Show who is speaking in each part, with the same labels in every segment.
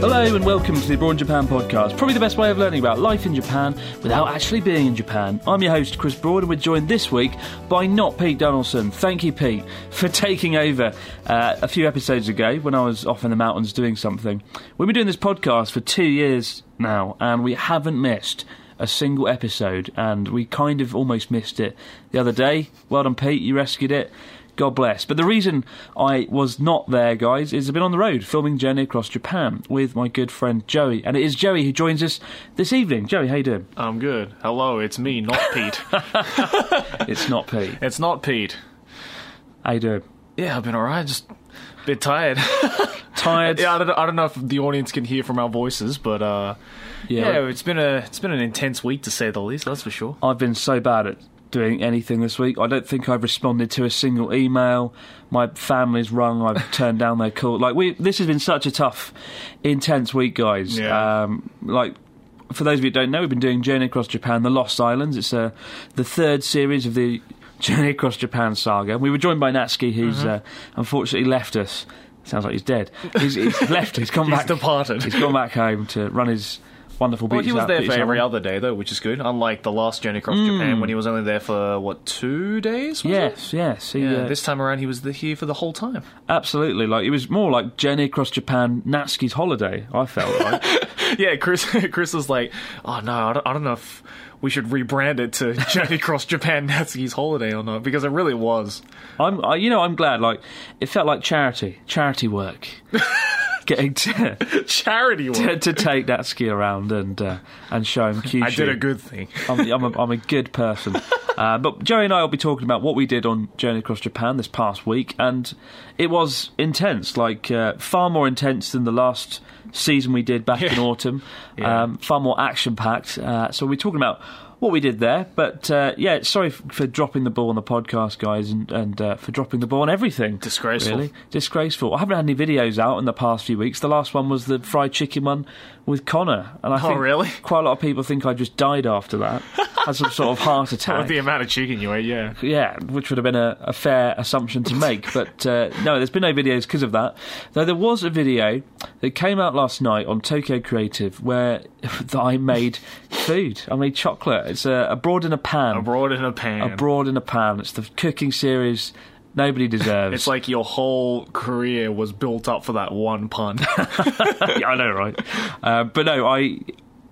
Speaker 1: Hello and welcome to the Abroad in Japan podcast. Probably the best way of learning about life in Japan without actually being in Japan. I'm your host, Chris Broad, and we're joined this week by not Pete Donaldson. Thank you, Pete, for taking over uh, a few episodes ago when I was off in the mountains doing something. We've been doing this podcast for two years now, and we haven't missed a single episode, and we kind of almost missed it the other day. Well done, Pete, you rescued it. God bless. But the reason I was not there, guys, is I've been on the road filming Journey Across Japan with my good friend Joey. And it is Joey who joins us this evening. Joey, how you doing?
Speaker 2: I'm good. Hello, it's me, not Pete.
Speaker 1: It's not Pete.
Speaker 2: it's not Pete.
Speaker 1: How you doing?
Speaker 2: Yeah, I've been alright, just a bit tired.
Speaker 1: Tired?
Speaker 2: yeah, I don't, I don't know if the audience can hear from our voices, but uh, yeah. it's been a it's been an intense week to say the least. That's for sure.
Speaker 1: I've been so bad at doing anything this week. I don't think I've responded to a single email. My family's rung. I've turned down their call. Like we, this has been such a tough, intense week, guys.
Speaker 2: Yeah.
Speaker 1: Um, like. For those of you who don't know, we've been doing Journey Across Japan, The Lost Islands. It's uh, the third series of the Journey Across Japan saga. We were joined by Natsuki, who's
Speaker 2: Mm-hmm.
Speaker 1: uh, unfortunately left us. Sounds like he's dead. He's, he's left. He's come
Speaker 2: He's
Speaker 1: back.
Speaker 2: departed.
Speaker 1: He's gone back home to run his wonderful.
Speaker 2: Well,
Speaker 1: Beach
Speaker 2: he was
Speaker 1: Out-
Speaker 2: there
Speaker 1: Beach
Speaker 2: for
Speaker 1: Out
Speaker 2: every
Speaker 1: Run.
Speaker 2: other day though, which is good. Unlike the last journey across Japan when he was only there for what two days? was it?
Speaker 1: Yes, yes. He,
Speaker 2: Yeah,
Speaker 1: uh,
Speaker 2: this time around he was the, here for the whole time.
Speaker 1: Absolutely, like it was more like Journey Across Japan, Natsuki's holiday. I felt like
Speaker 2: Yeah, Chris. Chris was like, "Oh no, I don't, I don't know if we should rebrand it to Journey Across Japan Natsuki's Holiday or not because it really was."
Speaker 1: I'm, I, you know, I'm glad. Like it felt like charity, charity work, getting to,
Speaker 2: charity work.
Speaker 1: to, to take Natsuki around and uh, and show him Kyushu.
Speaker 2: I did a good thing.
Speaker 1: I'm, I'm, a, I'm a good person. Uh, but Joey and I will be talking about what we did on Journey Across Japan this past week, and it was intense, like uh, far more intense than the last season we did back in autumn, um, far more action packed. Uh, so we're talking about what we did there. But uh, yeah, sorry f- for dropping the ball on the podcast, guys, and, and uh, for dropping the ball on everything.
Speaker 2: Disgraceful.
Speaker 1: Really. Disgraceful. I haven't had any videos out in the past few weeks. The last one was the fried chicken one with Connor, and I
Speaker 2: Oh,
Speaker 1: think
Speaker 2: really?
Speaker 1: quite a lot of people think I just died after that. Had some sort of heart attack.
Speaker 2: With the amount of chicken you ate, yeah.
Speaker 1: yeah, which would have been a, a fair assumption to make. But uh, no, there's been no videos because of that. Though there was a video that came out last night on Tokyo Creative where I made food. I made chocolate. It's a abroad in a pan.
Speaker 2: Abroad in a pan.
Speaker 1: Abroad in a pan. It's the cooking series nobody deserves.
Speaker 2: It's like your whole career was built up for that one pun.
Speaker 1: Yeah, I know, right? Uh, but no, I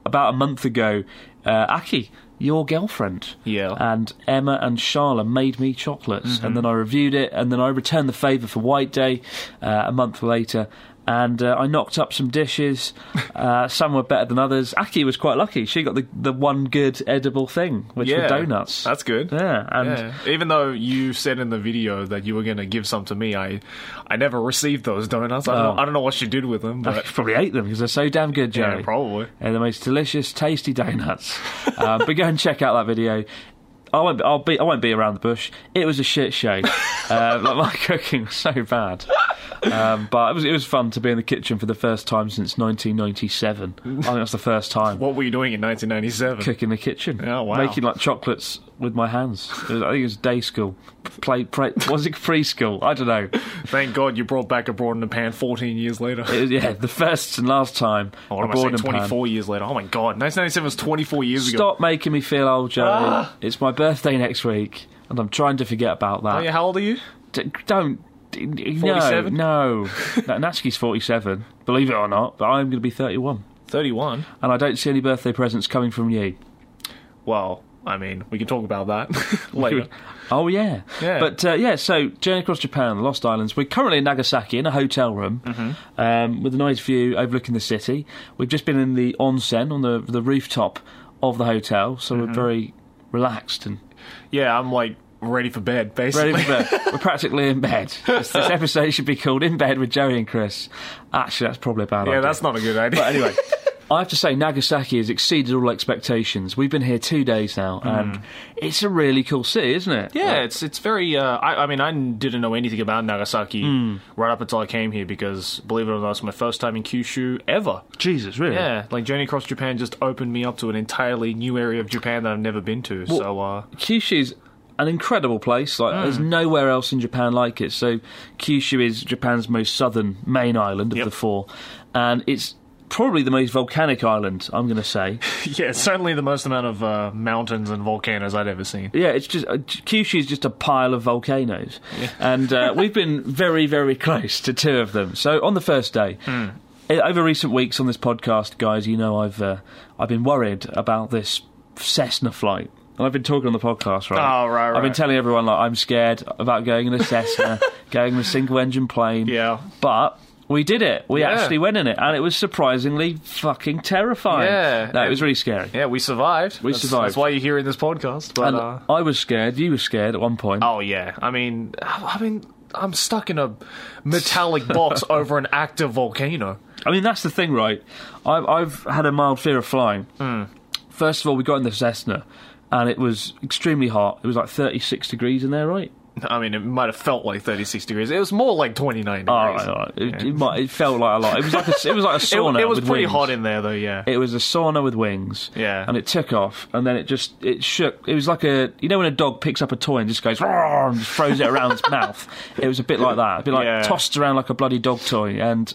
Speaker 1: about a month ago, uh, Aki, your girlfriend,
Speaker 2: Yeah. Mm-hmm.
Speaker 1: and Emma and Charla made me chocolates, and then I reviewed it, and then I returned the favour for White Day uh, a month later. And uh, I knocked up some dishes. Uh, some were better than others. Aki was quite lucky. She got the, the one good edible thing, which were donuts.
Speaker 2: That's good.
Speaker 1: Yeah, and
Speaker 2: Yeah. Even though you said in the video that you were going to give some to me, I, I never received those donuts. I, don't know, I don't know what you did with them,
Speaker 1: I
Speaker 2: but
Speaker 1: probably ate them because they're so damn good,
Speaker 2: Yeah,
Speaker 1: Jerry.
Speaker 2: probably.
Speaker 1: They're the most delicious, tasty donuts. uh, but go and check out that video. I won't. Be, I'll be. I won't be around the bush. It was a shit show. uh, like my cooking was so bad. Um, but it was it was fun to be in the kitchen for the first time since 1997. I think that's the first time
Speaker 2: What were you doing in 1997?
Speaker 1: cooking in the kitchen.
Speaker 2: Oh, wow.
Speaker 1: Making like chocolates with my hands. It was- I think it was day school. Play, play was it preschool? I don't know.
Speaker 2: Thank God you brought back abroad in a pan 14 years later.
Speaker 1: It was, yeah, the first and last time.
Speaker 2: Oh, what am I
Speaker 1: abroad
Speaker 2: saying?
Speaker 1: and pan.
Speaker 2: 24 years later. Oh my God, 1997 was 24 years ago.
Speaker 1: Stop making me feel old, Joe.
Speaker 2: Ah.
Speaker 1: It's my birthday next week, and I'm trying to forget about that.
Speaker 2: Oh, yeah, how old are you?
Speaker 1: D- don't. d- d- No,
Speaker 2: 47?
Speaker 1: no. Na- Natsuki's 47, believe it or not, but I'm going to be 31.
Speaker 2: 31.
Speaker 1: And I don't see any birthday presents coming from you.
Speaker 2: Well, I mean, we can talk about that later.
Speaker 1: Oh, yeah.
Speaker 2: Yeah.
Speaker 1: But, uh, yeah, so Journey Across Japan, Lost Islands. We're currently in Nagasaki in a hotel room
Speaker 2: Mm-hmm.
Speaker 1: um, with a nice view overlooking the city. We've just been in the onsen on the, the rooftop of the hotel, so
Speaker 2: Mm-hmm.
Speaker 1: we're very relaxed and
Speaker 2: Yeah, I'm like ready for bed, basically.
Speaker 1: Ready for bed. We're practically in bed. This, this episode should be called "In Bed with Joey and Chris." Actually, that's probably a bad idea.
Speaker 2: Yeah, that's not a good idea.
Speaker 1: But anyway, I have to say Nagasaki has exceeded all expectations. We've been here two days now, and it's a really cool city, isn't it?
Speaker 2: Hmm. Yeah, it's it's very. Uh, I, I mean, I didn't know anything about Nagasaki right up until I came here because, believe it or not, it's my first time in Kyushu ever.
Speaker 1: Jesus, really.
Speaker 2: Yeah, like Journey Across Japan just opened me up to an entirely new area of Japan that I've never been to. so, uh,
Speaker 1: Kyushu's an incredible place. Like, there's
Speaker 2: Hmm.
Speaker 1: nowhere else in Japan like it. So, Kyushu is Japan's most southern main island of
Speaker 2: Yep.
Speaker 1: the four, and it's probably the most volcanic island. I'm going to say.
Speaker 2: yeah, it's certainly the most amount of uh, mountains and volcanoes I'd ever seen.
Speaker 1: Yeah, it's just uh, Kyushu is just a pile of volcanoes, and uh, we've been very, very close to two of them. So on the first day,
Speaker 2: Hmm.
Speaker 1: eh, over recent weeks on this podcast, guys, you know I've uh, I've been worried about this Cessna flight. And I've been talking on the podcast, right?
Speaker 2: Oh, right,
Speaker 1: I've been
Speaker 2: right.
Speaker 1: telling everyone like I'm scared about going in a Cessna, going in a single-engine plane.
Speaker 2: Yeah.
Speaker 1: but. We did it. We
Speaker 2: Yeah.
Speaker 1: actually went in it, and it was surprisingly fucking terrifying.
Speaker 2: Yeah.
Speaker 1: no, it was really scary.
Speaker 2: Yeah, we survived.
Speaker 1: We
Speaker 2: that's,
Speaker 1: survived.
Speaker 2: That's why you're here in this podcast. But
Speaker 1: And
Speaker 2: uh,
Speaker 1: I was scared. You were scared at one point.
Speaker 2: oh yeah, I mean, I I mean, I'm stuck in a metallic box over an active volcano.
Speaker 1: I mean, that's the thing, right? I've, I've had a mild fear of flying.
Speaker 2: Hmm.
Speaker 1: First of all, we got in the Cessna, and it was extremely hot. It was like 36 degrees in there, right?
Speaker 2: I mean, it might have felt like 36 degrees. It was more like 29 degrees.
Speaker 1: All right, all right. It, it, might, it felt like a lot. It was like a, it was like a
Speaker 2: It,
Speaker 1: sauna.
Speaker 2: it was
Speaker 1: with
Speaker 2: pretty
Speaker 1: wings.
Speaker 2: hot in there, though, yeah.
Speaker 1: It was a sauna with wings.
Speaker 2: Yeah.
Speaker 1: And it took off, and then it just it shook. It was like a you know when a dog picks up a toy and just goes "Roar," and just throws it around its mouth. It was a bit like that. A bit like
Speaker 2: Yeah.
Speaker 1: tossed around like a bloody dog toy, and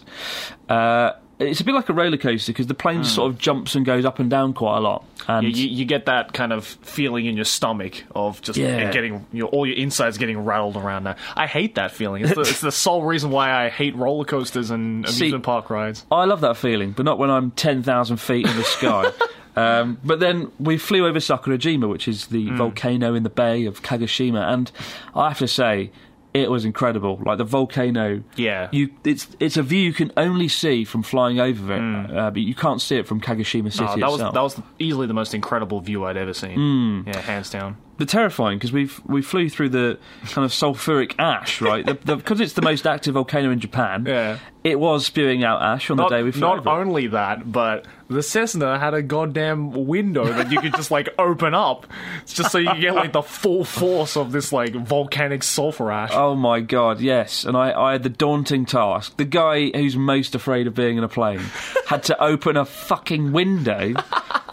Speaker 1: uh, it's a bit like a roller coaster because the plane just sort of jumps and goes up and down quite a lot. And
Speaker 2: Hmm. you, you get that kind of feeling in your stomach of just
Speaker 1: Yeah.
Speaker 2: it getting your, all your insides getting rattled around. Now, I hate that feeling. It's the, it's the sole reason why I hate roller coasters and
Speaker 1: See-
Speaker 2: amusement park rides.
Speaker 1: I love that feeling, but not when I'm 10,000 feet in the sky. um, but then we flew over Sakurajima, which is the volcano in the bay of Kagoshima, and I have to say, it was incredible. Like the volcano,
Speaker 2: Yeah.
Speaker 1: You, it's it's a view you can only see from flying over it, uh, but you can't see it from Kagoshima City
Speaker 2: Oh, that was
Speaker 1: itself.
Speaker 2: that was easily the most incredible view I'd ever seen.
Speaker 1: Hmm.
Speaker 2: Yeah, hands down.
Speaker 1: the terrifying because we we flew through the kind of sulfuric ash, right? Because the, because it's the most active volcano in Japan.
Speaker 2: Yeah.
Speaker 1: it was spewing out ash on
Speaker 2: Not,
Speaker 1: the day we flew.
Speaker 2: not
Speaker 1: over.
Speaker 2: only that, but the Cessna had a goddamn window that you could just like open up, just so you could get like the full force of this like volcanic sulfur ash.
Speaker 1: Oh my god, yes. And I, I had the daunting task. The guy who's most afraid of being in a plane had to open a fucking window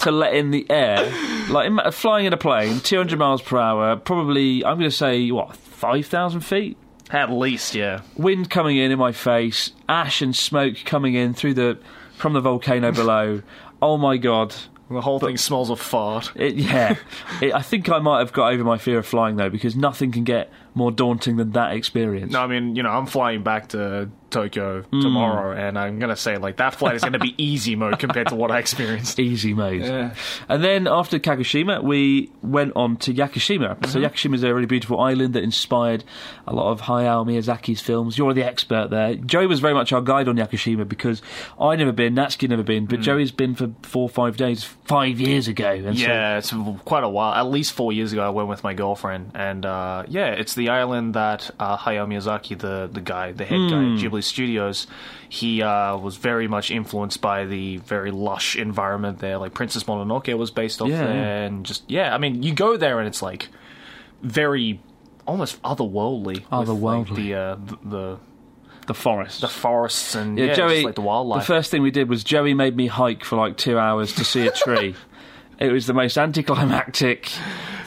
Speaker 1: to let in the air. Like ima- flying in a plane, 200 miles per hour, probably, I'm going to say, what, 5,000 feet?
Speaker 2: At least, yeah.
Speaker 1: Wind coming in in my face, ash and smoke coming in through the from the volcano below. Oh my god.
Speaker 2: The whole thing smells of fart.
Speaker 1: It, yeah, it, I think I might have got over my fear of flying though, because nothing can get more daunting than that experience.
Speaker 2: No, I mean, you know, I'm flying back to Tokyo tomorrow, and I'm gonna say like that flight is gonna be easy mode compared to what I experienced.
Speaker 1: easy mode. And then after Kagoshima, we went on to Yakushima. So
Speaker 2: Uh-huh.
Speaker 1: Yakushima is a really beautiful island that inspired a lot of Hayao Miyazaki's films. You're the expert there. Joey was very much our guide on Yakushima because I never been, Natsuki never been,
Speaker 2: Hmm.
Speaker 1: but Joey's been for four or five days, five years ago. And so-
Speaker 2: Yeah, it's quite a while. At least four years ago, I went with my girlfriend, and uh, yeah, it's the island that uh, Hayao Miyazaki, the the guy, the head guy
Speaker 1: Hmm.
Speaker 2: at Ghibli Studios, he uh, was very much influenced by the very lush environment there. Like Princess Mononoke was based off
Speaker 1: Yeah,
Speaker 2: there,
Speaker 1: yeah.
Speaker 2: and just yeah, I mean, you go there and it's like very almost otherworldly. with, like,
Speaker 1: Otherworldly.
Speaker 2: the, uh, th- the
Speaker 1: the forest.
Speaker 2: the forests and yeah, just like the wildlife.
Speaker 1: The first thing we did was Joey made me hike for like two hours to see a tree. it was the most anticlimactic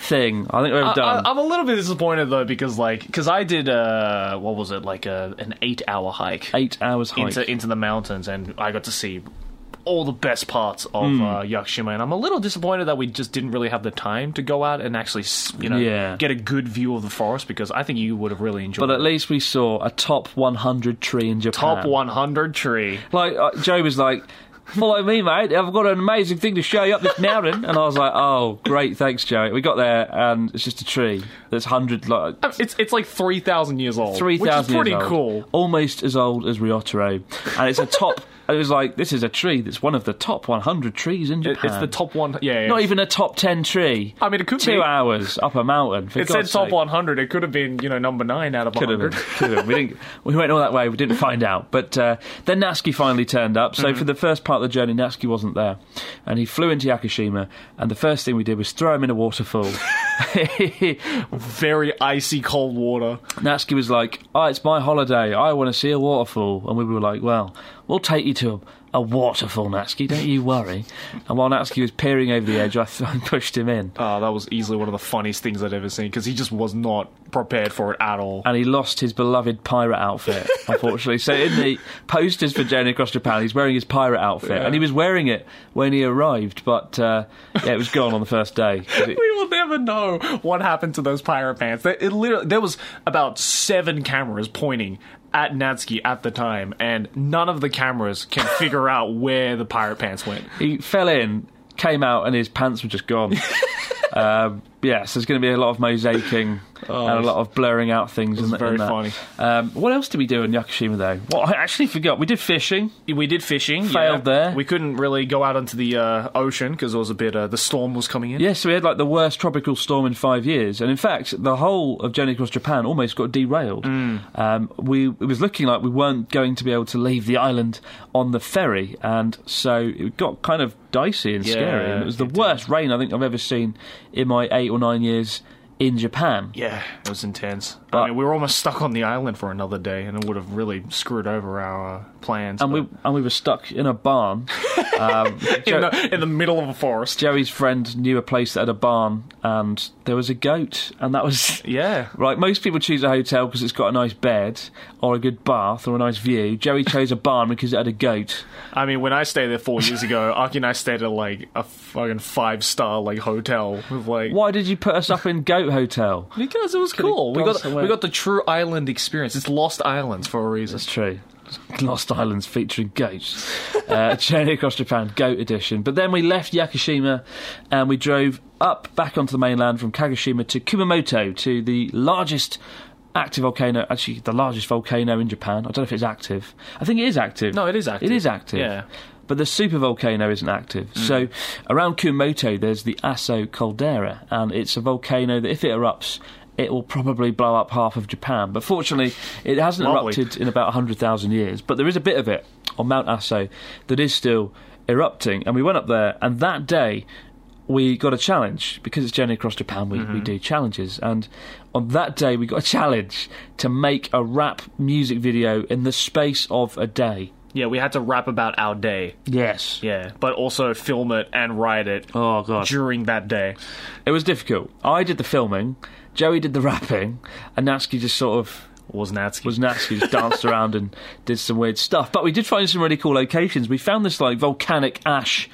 Speaker 1: thing I think we've ever done.
Speaker 2: I, am a little bit disappointed though because like because I did uh what was it like a an eight hour hike
Speaker 1: Eight hours hike.
Speaker 2: into into the mountains and I got to see all the best parts of
Speaker 1: Hmm.
Speaker 2: uh, Yakushima and I'm a little disappointed that we just didn't really have the time to go out and actually s- you know
Speaker 1: Yeah.
Speaker 2: get a good view of the forest because I think you would have really enjoyed
Speaker 1: but at
Speaker 2: it.
Speaker 1: least we saw a top 100 tree in Japan.
Speaker 2: top 100 tree.
Speaker 1: Like uh, Joe was like, "Follow me, mate. I've got an amazing thing to show you up this mountain." And I was like, "Oh, great, thanks, Joe." We got there, and it's just a tree that's hundred like
Speaker 2: It's it's like 3,000 years old.
Speaker 1: three thousand.
Speaker 2: Which is pretty
Speaker 1: years old,
Speaker 2: cool.
Speaker 1: almost as old as Ryotaro, and it's a top. and it was like this is a tree that's one of the top 100 trees in
Speaker 2: It-
Speaker 1: Japan.
Speaker 2: it's the top one. Yeah, yeah.
Speaker 1: Not even a top 10 tree.
Speaker 2: I mean, it could
Speaker 1: two
Speaker 2: be.
Speaker 1: hours up a mountain. For
Speaker 2: It said
Speaker 1: God's
Speaker 2: top
Speaker 1: sake.
Speaker 2: 100. It could have been, you know, number 9 out of
Speaker 1: Could have been.
Speaker 2: 100.
Speaker 1: Could have. We didn't. We went all that way. We didn't find out. But uh, then Natsuki finally turned up. So for the first part of the journey, Natsuki wasn't there, and he flew into Yakushima. And the first thing we did was throw him in a waterfall.
Speaker 2: Very icy cold water.
Speaker 1: Natsuki was like, "Oh, it's my holiday. I want to see a waterfall." And we were like, "Well, we'll take you to a, a waterfall, Natsuki. Don't you worry." And while Natsuki was peering over the edge, I, th- I pushed him in,
Speaker 2: Oh, that was easily one of the funniest things I'd ever seen because he just was not prepared for it at all.
Speaker 1: and he lost his beloved pirate outfit, unfortunately. so in the posters for Journey Across Japan, he's wearing his pirate outfit, and he was wearing it when he arrived, but uh, yeah, it was gone on the first day. 'Cause it-
Speaker 2: We will never know what happened to those pirate pants. They- It literally, there was about seven cameras pointing at Natsuki at the time, and none of the cameras can figure out where the pirate pants went.
Speaker 1: he fell in, came out, and his pants were just gone. um, yeah, so there's going to be a lot of mosaicing and a lot of blurring out things. It's
Speaker 2: Oh, very funny.
Speaker 1: Um, what else did we do in Yakushima though? Well, I actually forgot. We did fishing.
Speaker 2: We did fishing.
Speaker 1: Failed there.
Speaker 2: We couldn't really go out onto the uh, ocean because it was a bit. Uh, the storm was coming in.
Speaker 1: Yes, we had like the worst tropical storm in five years, and in fact, the whole of Journey Across Japan almost got derailed.
Speaker 2: Mm.
Speaker 1: Um, we it was looking like we weren't going to be able to leave the island on the ferry, and so it got kind of dicey and scary. And it was the
Speaker 2: it did.
Speaker 1: worst rain I think I've ever seen in my eight or nine years in Japan.
Speaker 2: Yeah, it was intense.
Speaker 1: But-
Speaker 2: I mean, we were almost stuck on the island for another day, and it would have really screwed over our uh, plans.
Speaker 1: And we
Speaker 2: but-
Speaker 1: and we were stuck in a barn. Um,
Speaker 2: in,
Speaker 1: Jo-
Speaker 2: the, in the middle of a forest.
Speaker 1: Jerry's friend knew a place that had a barn, and there was a goat, and that was
Speaker 2: Yeah.
Speaker 1: Right, most people choose a hotel because it's got a nice bed or a good bath or a nice view. Joey chose a barn because it had a goat.
Speaker 2: I mean, when I stayed there four years ago, Aki and I stayed at like a fucking five star like hotel with like
Speaker 1: Why did you put us up in Goat Hotel?
Speaker 2: because it was cool. We
Speaker 1: gone
Speaker 2: got
Speaker 1: somewhere.
Speaker 2: we got the true island experience. It's Lost Islands for a reason.
Speaker 1: It's true. Lost Islands featuring goats. Uh, Journey Across Japan, Goat Edition. But then we left Yakushima and we drove up back onto the mainland from Kagoshima to Kumamoto to the largest active volcano, actually, the largest volcano in Japan. I don't know if it's active. I think it is active.
Speaker 2: No, it is active.
Speaker 1: It is active.
Speaker 2: Yeah.
Speaker 1: But the supervolcano isn't active. So around Kumamoto, there's the Aso caldera, and it's a volcano that if it erupts, it will probably blow up half of Japan. But fortunately, it hasn't
Speaker 2: Lovely.
Speaker 1: erupted in about 100,000 years. But there is a bit of it on Mount Aso that is still erupting. And we went up there, and that day, we got a challenge because it's Journey Across Japan. We, we do challenges, and on that day we got a challenge to make a rap music video in the space of a day.
Speaker 2: Yeah, we had to rap about our day.
Speaker 1: Yes.
Speaker 2: Yeah, but also film it and write it
Speaker 1: Oh god.
Speaker 2: during that day.
Speaker 1: It was difficult. I did the filming, Joey did the rapping, and Natsuki just sort of
Speaker 2: Was Natsuki?
Speaker 1: was Natsuki just danced around and did some weird stuff. But we did find some really cool locations. We found this like volcanic ash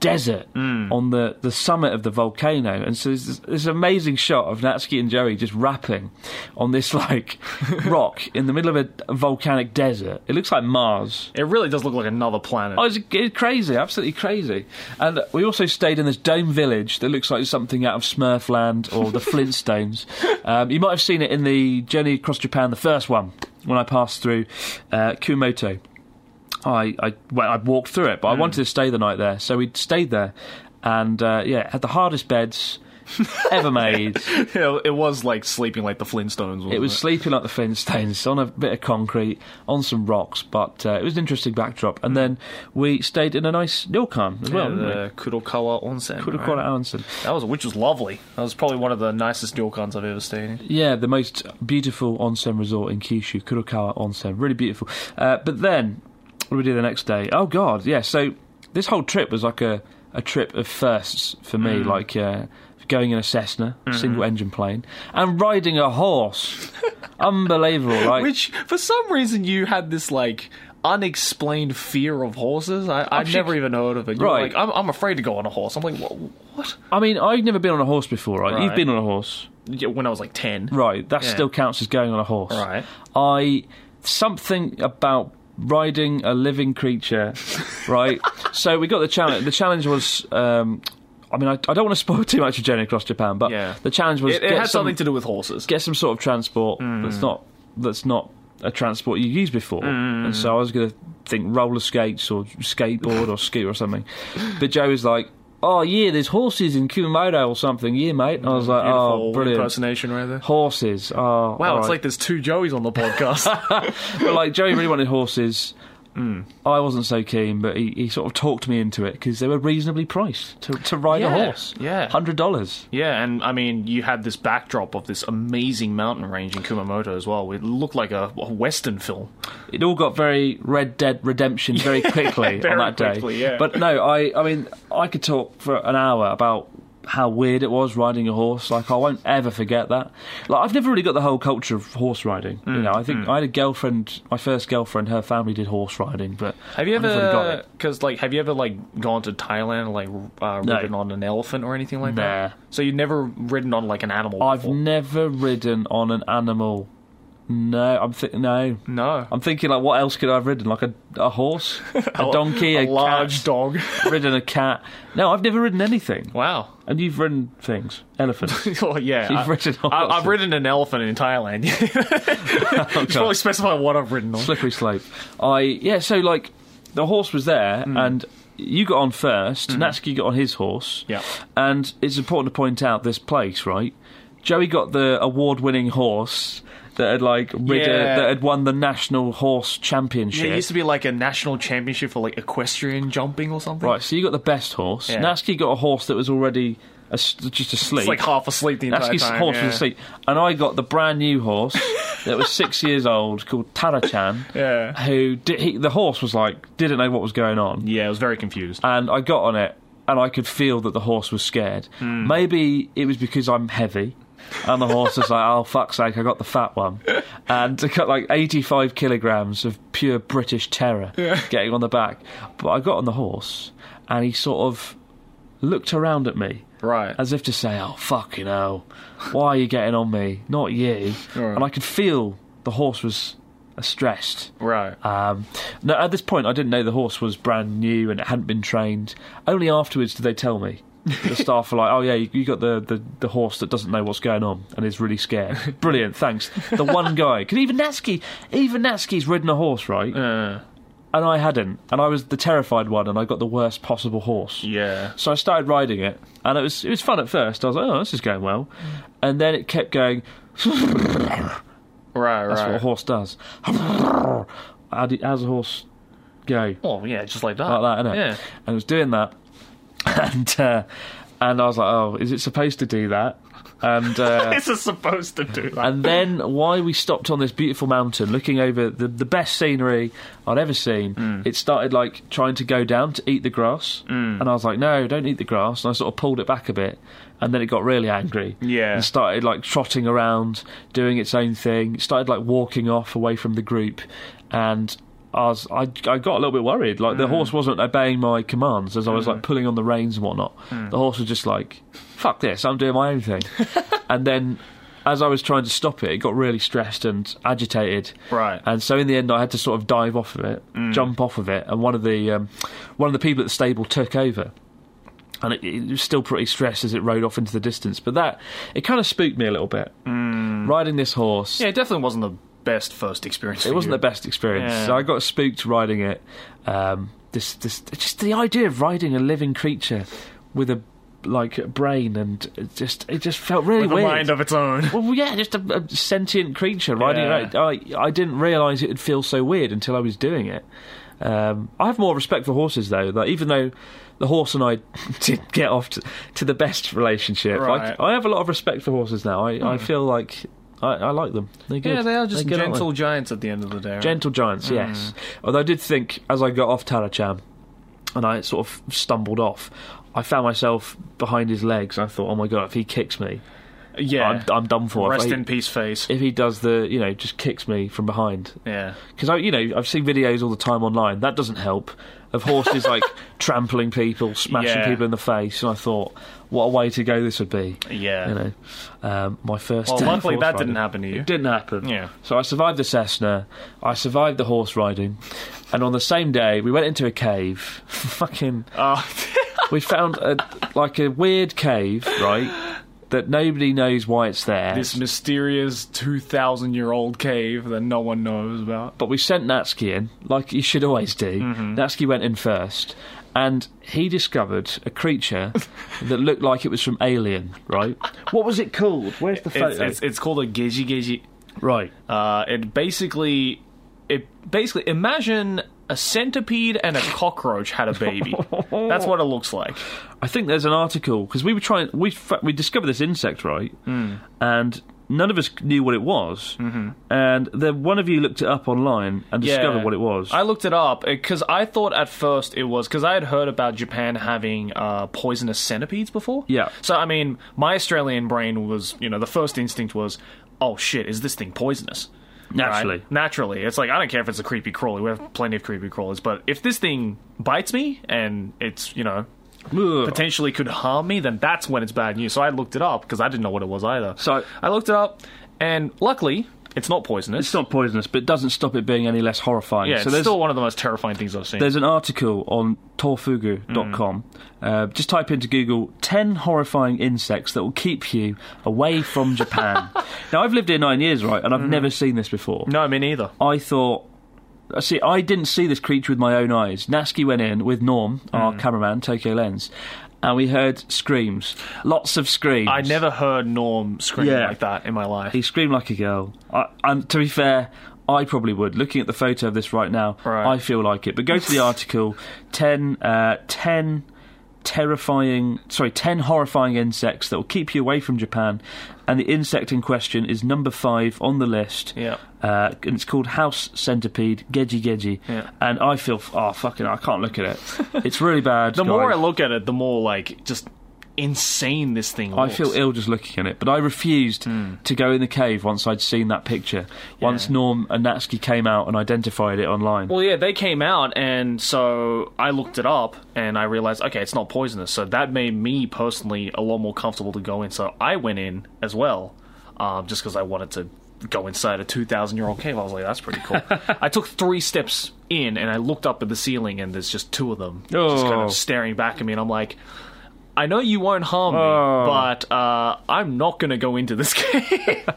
Speaker 1: desert on the, the summit of the volcano, and so there's this, this amazing shot of Natsuki and Joey just rapping on this like rock in the middle of a volcanic desert. It looks like Mars.
Speaker 2: it really does look like another planet.
Speaker 1: Oh, it's, it's crazy, absolutely crazy. And we also stayed in this dome village that looks like something out of Smurfland or the Flintstones. Um, you might have seen it in the Journey Across Japan, the first one, when I passed through uh, Kumamoto. I I, well, I walked through it, but I wanted to stay the night there, so we stayed there, and uh, yeah, had the hardest beds. ever made.
Speaker 2: it was like sleeping like the Flintstones. Wasn't
Speaker 1: It was sleeping like the Flintstones on a bit of concrete, on some rocks, but uh, it was an interesting backdrop. And then we stayed in a nice ryokan as well.
Speaker 2: Hmm. Yeah,
Speaker 1: didn't we?
Speaker 2: the Kurokawa Onsen.
Speaker 1: Could have
Speaker 2: right?
Speaker 1: called it Aronson.
Speaker 2: That was which was lovely. That was probably one of the nicest ryokans I've ever stayed in.
Speaker 1: Yeah, the most beautiful onsen resort in Kyushu, Kurokawa Onsen. Really beautiful. Uh, but then, what do we do the next day? Oh, God, yeah. So this whole trip was like a, a trip of firsts for me,
Speaker 2: Hmm.
Speaker 1: like uh, going in a Cessna,
Speaker 2: Mm-hmm.
Speaker 1: single engine plane, and riding a horse. Unbelievable, right?
Speaker 2: Which for some reason you had this like unexplained fear of horses. I, I
Speaker 1: should-
Speaker 2: never even heard of it. You're
Speaker 1: Oh, Right.
Speaker 2: like I'm, I'm afraid to go on a horse. I'm like what? what?
Speaker 1: I mean, I've never been on a horse before, right? You've
Speaker 2: Right.
Speaker 1: been on a horse.
Speaker 2: Yeah, when I was like ten.
Speaker 1: Right, that
Speaker 2: Yeah.
Speaker 1: still counts as going on a horse.
Speaker 2: Right.
Speaker 1: I something about riding a living creature. right. So we got the challenge. The challenge was. Um, I mean, I, I don't want to spoil too much of Journey Across Japan, but
Speaker 2: Yeah.
Speaker 1: the challenge was
Speaker 2: It,
Speaker 1: get
Speaker 2: it had
Speaker 1: some-
Speaker 2: something to do with horses.
Speaker 1: get some sort of transport
Speaker 2: Mm.
Speaker 1: that's not that's not a transport you used before. And so I was going to think roller skates or skateboard or scooter or something. But Joe was like, "Oh yeah, there's horses in Kumamoto or something, yeah, mate." And I was like,
Speaker 2: Beautiful
Speaker 1: "Oh, brilliant."
Speaker 2: impersonation right there.
Speaker 1: Horses. Oh,
Speaker 2: Wow, it's
Speaker 1: alright.
Speaker 2: like there's two Joeys on the podcast.
Speaker 1: but like Joey really wanted horses.
Speaker 2: Mm.
Speaker 1: I wasn't so keen, but he, he sort of talked me into it because they were reasonably priced to, to ride a
Speaker 2: Yeah,
Speaker 1: horse.
Speaker 2: yeah.
Speaker 1: hundred dollars.
Speaker 2: Yeah, and I mean, you had this backdrop of this amazing mountain range in Kumamoto as well. It looked like a, a Western film.
Speaker 1: It all got very Red Dead Redemption very quickly
Speaker 2: very
Speaker 1: on that day.
Speaker 2: quickly, yeah.
Speaker 1: But no, I I mean I could talk for an hour about how weird it was riding a horse. Like I won't ever forget that. Like I've never really got the whole culture of horse riding.
Speaker 2: Mm,
Speaker 1: you know, I think I had a girlfriend, my first girlfriend, her family did horse riding, but
Speaker 2: Have you
Speaker 1: I never really got
Speaker 2: ever?
Speaker 1: it.
Speaker 2: Because like, have you ever like gone to Thailand and like uh,
Speaker 1: No.
Speaker 2: ridden on an elephant or anything like
Speaker 1: Nah.
Speaker 2: that? So you've never ridden on like an animal.
Speaker 1: I've
Speaker 2: before?
Speaker 1: never ridden on an animal. No, I'm thi- no.
Speaker 2: no
Speaker 1: I'm thinking like, what else could I have ridden? Like a, a horse, a donkey, a,
Speaker 2: a large
Speaker 1: cat,
Speaker 2: dog.
Speaker 1: ridden a cat. No, I've never ridden anything.
Speaker 2: wow.
Speaker 1: And you've ridden things, elephants.
Speaker 2: well, yeah,
Speaker 1: You've
Speaker 2: I,
Speaker 1: ridden on Oh,
Speaker 2: I,
Speaker 1: horses.
Speaker 2: I've ridden an elephant in Thailand. you should probably specify what I've ridden on.
Speaker 1: slippery slope. I yeah, so like the horse was there
Speaker 2: Mm.
Speaker 1: and you got on 1st Natsuki got on his horse.
Speaker 2: Mm-hmm. Yeah.
Speaker 1: And it's important to point out this place, right? Joey got the award winning horse that had like ridden,
Speaker 2: Yeah.
Speaker 1: that had won the national horse championship.
Speaker 2: Yeah, it used to be like a national championship for like equestrian jumping or something.
Speaker 1: right, so you got the best horse.
Speaker 2: Yeah.
Speaker 1: Natsuki got a horse that was already as just asleep.
Speaker 2: It's like half asleep the entire
Speaker 1: Natsuki's
Speaker 2: time.
Speaker 1: horse
Speaker 2: yeah.
Speaker 1: was asleep, and I got the brand new horse that was six years old called Tarachan.
Speaker 2: Yeah.
Speaker 1: Who did, he, the horse was like didn't know what was going on,
Speaker 2: Yeah, I was very confused.
Speaker 1: and I got on it, and I could feel that the horse was scared. Maybe it was because I'm heavy. and the horse was like, "Oh fuck's sake, I got the fat one," and it got like eighty-five kilograms of pure British terror getting on the back. But I got on the horse, and he sort of looked around at me,
Speaker 2: Right.
Speaker 1: as if to say, "Oh fucking hell, why are you getting on me? Not you."
Speaker 2: Right.
Speaker 1: And I could feel the horse was uh, stressed.
Speaker 2: right.
Speaker 1: Um, no, at this point, I didn't know the horse was brand new and it hadn't been trained. Only afterwards did they tell me. The staff were like, "Oh yeah, you, you got the, the, the horse that doesn't know what's going on and is really scared." Brilliant, thanks. The one guy, because even Natsuki, even Natsuki's ridden a horse, right?
Speaker 2: Uh,
Speaker 1: And I hadn't, and I was the terrified one, and I got the worst possible horse.
Speaker 2: yeah.
Speaker 1: So I started riding it, and it was it was fun at first. I was like, "Oh, this is going well,"
Speaker 2: Mm.
Speaker 1: and then it kept going.
Speaker 2: Right,
Speaker 1: That's what a
Speaker 2: right.
Speaker 1: horse does. How do, how's a horse go?
Speaker 2: oh, yeah, just like that.
Speaker 1: like that, innit?
Speaker 2: Yeah.
Speaker 1: And it was doing that, and uh, and I was like, oh, is it supposed to do that? And uh,
Speaker 2: This is supposed to do that.
Speaker 1: and then why we stopped on this beautiful mountain, looking over the the best scenery I'd ever seen.
Speaker 2: Mm.
Speaker 1: It started like trying to go down to eat the grass, and I was like, no, don't eat the grass. And I sort of pulled it back a bit, and then it got really angry.
Speaker 2: Yeah.
Speaker 1: and started like trotting around, doing its own thing. It started like walking off away from the group, and I was I, I got a little bit worried. Like the horse wasn't obeying my commands as I was like pulling on the reins and whatnot. The horse was just like, "Fuck this! I'm doing my own thing." and then, as I was trying to stop it, it got really stressed and agitated.
Speaker 2: Right.
Speaker 1: And so in the end, I had to sort of dive off of it, jump off of it, and one of the um, one of the people at the stable took over and it, it was still pretty stressed as it rode off into the distance. But that it kind of spooked me a little bit. Riding this horse,
Speaker 2: Hmm. yeah, it definitely wasn't the best first experience.
Speaker 1: it wasn't the best experience.
Speaker 2: Yeah.
Speaker 1: So I got spooked riding it. Um, this, this, just the idea of riding a living creature with a like brain, and it just it just felt really
Speaker 2: With a
Speaker 1: weird.
Speaker 2: mind of its own.
Speaker 1: well, yeah, just a, a sentient creature riding
Speaker 2: Yeah.
Speaker 1: around. I, I didn't realise it would feel so weird until I was doing it. Um, I have more respect for horses though. Like, even though the horse and I did get off to, to the best relationship,
Speaker 2: Right. Hmm.
Speaker 1: I, I have a lot of respect for horses now. I, I feel like I, I like them. They're good.
Speaker 2: Yeah, they
Speaker 1: They're
Speaker 2: are just
Speaker 1: good, aren't they?
Speaker 2: gentle giants Hmm. at the end of the day. right?
Speaker 1: Gentle giants, yes. Although I did think as I got off Taracham and I sort of stumbled off, I found myself behind his legs. I thought, oh my god, if he kicks me,
Speaker 2: Yeah.
Speaker 1: I'm, I'm done for. If
Speaker 2: Rest
Speaker 1: I-
Speaker 2: in peace, face.
Speaker 1: If he does the, you know, just kicks me from behind.
Speaker 2: yeah.
Speaker 1: Because, I, you know, I've seen videos all the time online. That doesn't help. Of horses, like, trampling people, smashing
Speaker 2: Yeah.
Speaker 1: people in the face. And I thought, what a way to go this would be.
Speaker 2: Yeah.
Speaker 1: You know, um, my first
Speaker 2: Well,
Speaker 1: day of
Speaker 2: luckily
Speaker 1: horse
Speaker 2: that
Speaker 1: riding.
Speaker 2: didn't happen to you.
Speaker 1: It didn't happen.
Speaker 2: Yeah.
Speaker 1: So I survived the Cessna. I survived the horse riding. And on the same day, we went into a cave. Fucking.
Speaker 2: Oh,
Speaker 1: We found a like a weird cave, right? That nobody knows why it's there.
Speaker 2: this mysterious 2,000 year old cave that no one knows about.
Speaker 1: but we sent Natsuki in, like you should always do.
Speaker 2: Mm-hmm.
Speaker 1: Natsuki went in first, and he discovered a creature that looked like it was from Alien, right? What was it called? Where's the
Speaker 2: It's,
Speaker 1: photo?
Speaker 2: it's, it's called a Geji Geji.
Speaker 1: right.
Speaker 2: Uh, it basically, it basically imagine a centipede and a cockroach had a baby. That's what it looks like.
Speaker 1: I think there's an article because we were trying. We fa- we discovered this insect, right?
Speaker 2: Mm.
Speaker 1: And none of us knew what it was. Mm-hmm. And then one of you looked it up online and discovered what it was.
Speaker 2: I looked it up because I thought at first it was because I had heard about Japan having uh, poisonous centipedes before.
Speaker 1: Yeah.
Speaker 2: So I mean, my Australian brain was, you know, the first instinct was, oh shit, is this thing poisonous?
Speaker 1: Naturally.
Speaker 2: Right? Naturally, it's like I don't care if it's a creepy crawly. We have plenty of creepy crawlers, but if this thing bites me and it's, you know,
Speaker 1: Ugh.
Speaker 2: potentially could harm me, then that's when it's bad news. So I looked it up because I didn't know what it was either.
Speaker 1: So-
Speaker 2: I looked it up, and luckily, it's not poisonous.
Speaker 1: it's not poisonous, but it doesn't stop it being any less horrifying.
Speaker 2: yeah,
Speaker 1: so
Speaker 2: it's
Speaker 1: there's
Speaker 2: still one of the most terrifying things I've seen.
Speaker 1: There's an article on torfugu.com.
Speaker 2: Mm.
Speaker 1: Uh, just type into Google 10 horrifying insects that will keep you away from Japan. now, I've lived here nine years, right, and I've never seen this before.
Speaker 2: Mm. No, me neither.
Speaker 1: I thought. uh, See, I didn't see this creature with my own eyes. Natsuki went in with Norm, our
Speaker 2: Mm.
Speaker 1: cameraman, Tokyo Lens, and we heard screams. Lots of screams.
Speaker 2: I never heard Norm scream
Speaker 1: Yeah.
Speaker 2: like that in my life.
Speaker 1: He screamed like a girl. I, and to be fair, I probably would. Looking at the photo of this right now,
Speaker 2: Right.
Speaker 1: I feel like it. But go to the article 10, uh, 10 terrifying, sorry, 10 horrifying insects that will keep you away from Japan. And the insect in question is number five on the list.
Speaker 2: Yeah.
Speaker 1: Uh, and it's called House Centipede, Geji Geji.
Speaker 2: Yeah.
Speaker 1: And I feel, f- oh, fucking, I can't look at it. It's really bad.
Speaker 2: the more I
Speaker 1: guys.
Speaker 2: look at it, the more like just insane this thing
Speaker 1: I
Speaker 2: looks.
Speaker 1: feel ill just looking at it, but I refused to go in the cave once I'd seen that picture. Once Norm and Natsuki came out and identified it online.
Speaker 2: Well, yeah, they came out, and so I looked it up, and I realized, okay, it's not poisonous. So that made me personally a lot more comfortable to go in. So I went in as well, um, just because I wanted to go inside a 2,000 year old cave. I was like, that's pretty cool. I took three steps in, and I looked up at the ceiling, and there's just two of them just kind
Speaker 1: Oh.
Speaker 2: of staring back at me, and I'm like, I know you won't harm me,
Speaker 1: Oh.
Speaker 2: but uh, I'm not going to go into this cave.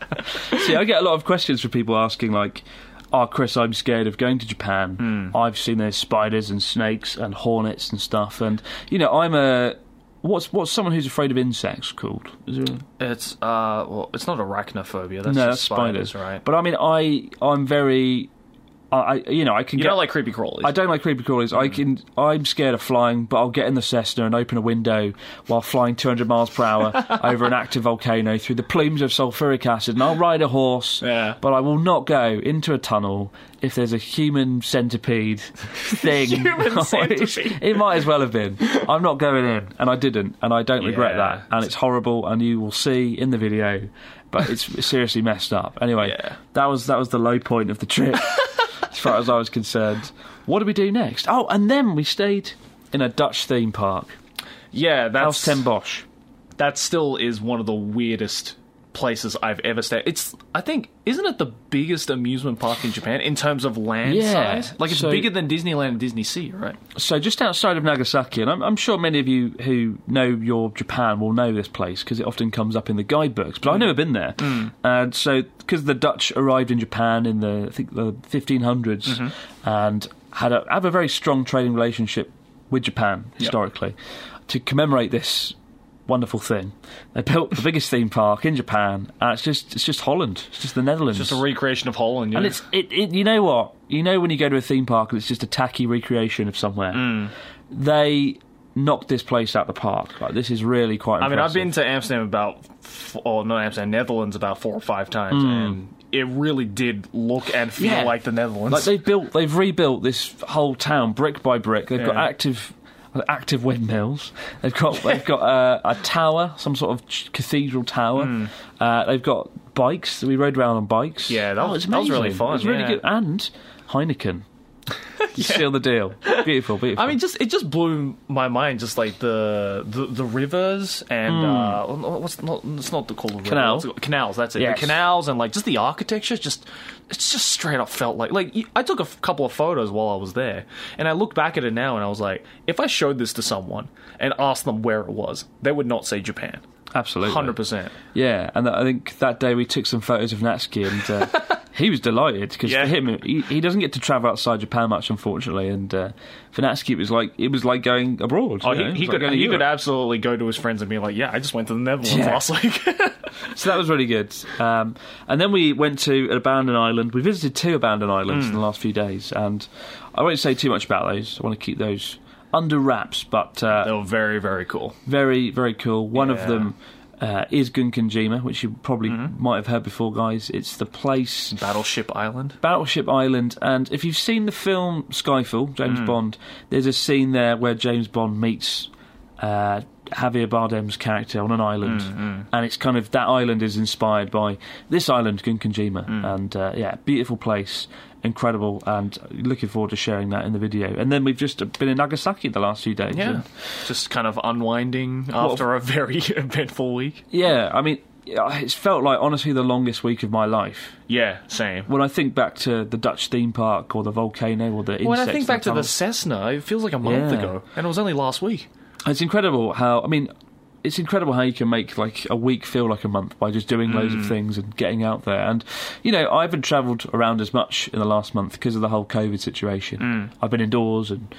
Speaker 1: See, I get a lot of questions from people asking, like, oh, Chris, I'm scared of going to Japan. I've seen those spiders and snakes and hornets and stuff. And, you know, I'm a. What's what's someone who's afraid of insects called? Is there a-
Speaker 2: it's uh, well, it's not arachnophobia. That's
Speaker 1: no,
Speaker 2: just
Speaker 1: that's spiders.
Speaker 2: right?
Speaker 1: But I mean, I I'm very, I, I you know I can
Speaker 2: you
Speaker 1: get
Speaker 2: don't like creepy crawlies.
Speaker 1: I don't like creepy crawlies. I
Speaker 2: Mm.
Speaker 1: can. I'm scared of flying, but I'll get in the Cessna and open a window while flying 200 miles per hour over an active volcano through the plumes of sulfuric acid, and I'll ride a horse.
Speaker 2: Yeah.
Speaker 1: But I will not go into a tunnel if there's a human centipede thing.
Speaker 2: Human centipede.
Speaker 1: it might as well have been. I'm not going in, and I didn't, and I don't regret
Speaker 2: Yeah.
Speaker 1: that. And it's horrible, and you will see in the video. But it's seriously messed up. Anyway,
Speaker 2: Yeah.
Speaker 1: that was that was the low point of the trip as far as I was concerned. What do we do next? Oh, and then we stayed in a Dutch theme park,
Speaker 2: Yeah,
Speaker 1: House
Speaker 2: that's
Speaker 1: Ten Bosch.
Speaker 2: that still is one of the weirdest places I've ever stayed. It's I think isn't it the biggest amusement park in Japan in terms of land
Speaker 1: Yeah,
Speaker 2: size? Like it's
Speaker 1: so-
Speaker 2: bigger than Disneyland and Disney Sea, right?
Speaker 1: So just outside of Nagasaki, and I'm, I'm sure many of you who know your Japan will know this place because it often comes up in the guidebooks.
Speaker 2: Mm.
Speaker 1: But I've never been there, and so because the Dutch arrived in Japan in the I think the 1500s
Speaker 2: Mm-hmm.
Speaker 1: and had a, have a very strong trading relationship with Japan historically. To commemorate this wonderful thing. They built the biggest theme park in Japan, and it's just it's just Holland. It's just the Netherlands.
Speaker 2: Just a recreation of Holland. Yeah.
Speaker 1: and it's it, it. You know what? You know when you go to a theme park and it's just a tacky recreation of somewhere.
Speaker 2: Mm.
Speaker 1: They knocked this place out the park. Like this is really quite.
Speaker 2: I mean,
Speaker 1: impressive.
Speaker 2: I've been to Amsterdam about, f- or not Amsterdam, Netherlands about four or five times, and it really did look and feel
Speaker 1: Hmm. Yeah.
Speaker 2: like the Netherlands.
Speaker 1: Like they've built, they've rebuilt this whole town brick by brick. They've got
Speaker 2: Yeah.
Speaker 1: active, active windmills. They've got, they've got uh, a tower, some sort of ch- cathedral tower.
Speaker 2: Mm.
Speaker 1: Uh, they've got bikes. We rode around on bikes.
Speaker 2: Yeah, that
Speaker 1: Oh,
Speaker 2: was-
Speaker 1: it's
Speaker 2: that was really
Speaker 1: amazing.
Speaker 2: fun,
Speaker 1: It was really
Speaker 2: yeah.
Speaker 1: good. And Heineken. You Seal the deal. Beautiful, beautiful.
Speaker 2: I mean, just it just blew my mind. Just like the the, the rivers and uh, oh, what's not it's not the called river,
Speaker 1: Canal.
Speaker 2: what's it called? canals. That's it.
Speaker 1: Yes.
Speaker 2: The canals and like just the architecture. Just it's just straight up felt like like you- I took a f- couple of photos while I was there, and I look back at it now and I was like, if I showed this to someone and asked them where it was, they would not say Japan.
Speaker 1: absolutely.
Speaker 2: Hundred percent.
Speaker 1: Yeah, and I think that day we took some photos of Natsuki, and uh, he was delighted because
Speaker 2: Yeah.
Speaker 1: for him, he, he doesn't get to travel outside Japan much, unfortunately. And uh, for Natsuki, it was like it was like going abroad.
Speaker 2: Oh,
Speaker 1: you know? It was
Speaker 2: he, he
Speaker 1: like
Speaker 2: could
Speaker 1: going to
Speaker 2: he could
Speaker 1: Europe.
Speaker 2: absolutely go to his friends and be like, yeah, I just went to the Netherlands
Speaker 1: Yeah.
Speaker 2: last week.
Speaker 1: So that was really good. Um, and then we went to an abandoned island. We visited two abandoned islands
Speaker 2: Mm.
Speaker 1: in the last few days, and I won't say too much about those. I want to keep those under wraps, but uh,
Speaker 2: they were very very cool.
Speaker 1: very very cool. One
Speaker 2: Yeah. Mm-hmm.
Speaker 1: of them. Uh, is Gunkanjima, which you probably might have heard before, guys. It's the place
Speaker 2: Battleship Island.
Speaker 1: Battleship Island, and if you've seen the film Skyfall, James
Speaker 2: Hmm.
Speaker 1: Bond, there's a scene there where James Bond meets uh, Javier Bardem's character on an island,
Speaker 2: Hmm,
Speaker 1: and it's kind of that island is inspired by this island, Gunkanjima,
Speaker 2: Hmm.
Speaker 1: and uh, yeah, beautiful place, incredible, and looking forward to sharing that in the video. And then we've just been in Nagasaki the last few days.
Speaker 2: Yeah.
Speaker 1: and-
Speaker 2: Just kind of unwinding after a very eventful week.
Speaker 1: yeah. I mean, yeah, it's felt like honestly the longest week of my life.
Speaker 2: Yeah, same.
Speaker 1: When I think back to the Dutch theme park or the volcano or the
Speaker 2: When I
Speaker 1: insects
Speaker 2: think
Speaker 1: in the
Speaker 2: back to the
Speaker 1: tunnels.
Speaker 2: Cessna, it feels like a month
Speaker 1: Yeah.
Speaker 2: ago, and it was only last week.
Speaker 1: It's incredible how I mean, it's incredible how you can make like a week feel like a month by just doing loads of things and getting out there. And you know, I haven't travelled around as much in the last month because of the whole COVID situation. I've been indoors, and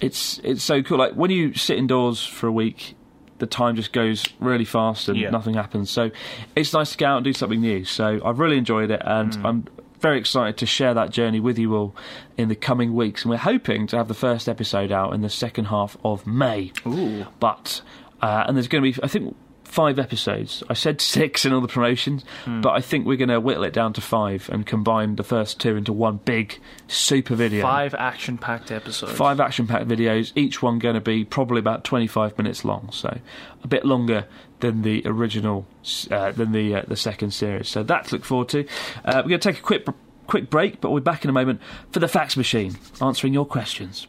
Speaker 1: it's it's so cool. Like when you sit indoors for a week. The time just goes really fast and
Speaker 2: Yeah.
Speaker 1: nothing happens. So it's nice to go out and do something new. So I've really enjoyed it and I'm very excited to share that journey with you all in the coming weeks. And we're hoping to have the first episode out in the second half of May.
Speaker 2: Ooh.
Speaker 1: But uh, and there's going to be, I think, five episodes. I said six in all the promotions, but I think we're going to whittle it down to five and combine the first two into one big super video.
Speaker 2: Five action packed episodes.
Speaker 1: Five action-packed videos, each one going to be probably about 25 minutes long, so a bit longer than the original, uh, than the uh, the second series. So that to look forward to. Uh, we're going to take a quick quick break, but we'll be back in a moment for the fax machine, answering your questions.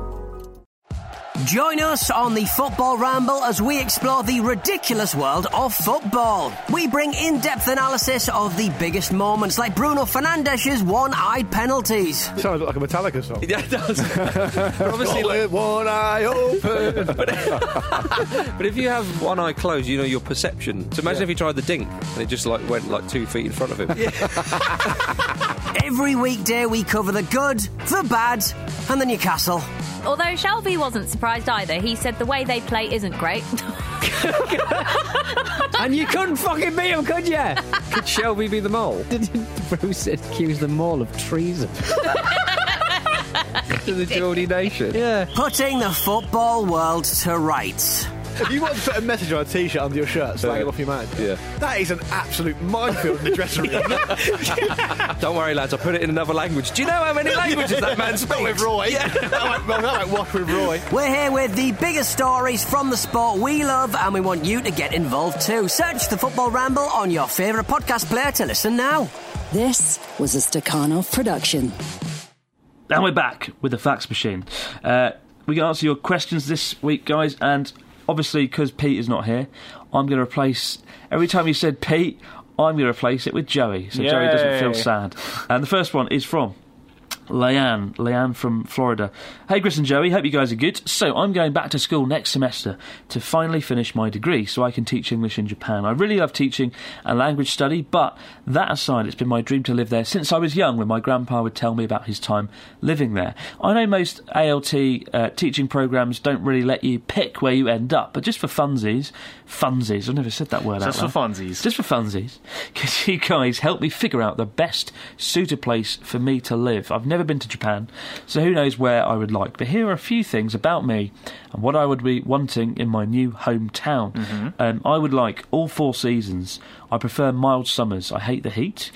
Speaker 3: Join us on the Football Ramble as we explore the ridiculous world of football. We bring in depth analysis of the biggest moments, like Bruno Fernandes's one eyed penalties.
Speaker 4: Sounds like a Metallica song.
Speaker 5: Yeah, it does. but obviously, like,
Speaker 4: one eye open.
Speaker 5: but if you have one eye closed, you know your perception. So imagine if you tried the dink and it just like went like two feet in front of him.
Speaker 3: Every weekday, we cover the good, the bad, and the Newcastle.
Speaker 6: Although Shelby wasn't surprised either, he said the way they play isn't great.
Speaker 7: and you couldn't fucking beat him, could you?
Speaker 5: Could Shelby be the mole?
Speaker 7: Bruce accused them all of treason.
Speaker 5: to the Geordie nation.
Speaker 7: Yeah.
Speaker 3: Putting the football world to rights.
Speaker 4: if you want to put a message on a T-shirt under your shirt, slag it off your man.
Speaker 5: Yeah.
Speaker 4: That is an absolute minefield in the dressing room.
Speaker 5: Don't worry, lads. I put it in another language. Do you know how many languages that man
Speaker 4: Not with
Speaker 5: speaks?
Speaker 4: Roy. Yeah. that won't, well, that won't work with Roy.
Speaker 3: We're here with the biggest stories from the sport we love, and we want you to get involved too. Search the Football Ramble on your favourite podcast player to listen now.
Speaker 8: This was a Stakhanov production.
Speaker 1: And we're back with the fax machine. Uh, we can answer your questions this week, guys. And obviously, because Pete is not here, I'm going to replace. Every time you said Pete, I'm going to replace it with Joey. So Joey doesn't feel
Speaker 2: Yay.
Speaker 1: sad. And the first one is from. Leanne, Leanne from Florida. Hey, Chris and Joey, hope you guys are good. So, I'm going back to school next semester to finally finish my degree so I can teach English in Japan. I really love teaching and language study, but that aside, it's been my dream to live there since I was young when my grandpa would tell me about his time living there. I know most ALT uh, teaching programs don't really let you pick where you end up, but just for funsies, funsies, I've never said that word
Speaker 2: Just
Speaker 1: out
Speaker 2: for
Speaker 1: loud.
Speaker 2: funsies.
Speaker 1: Just for funsies, could you guys help me figure out the best suited place for me to live? I've never been to Japan, so who knows where I would like. But here are a few things about me and what I would be wanting in my new hometown. Um, I would like all four seasons. I prefer mild summers. I hate the heat.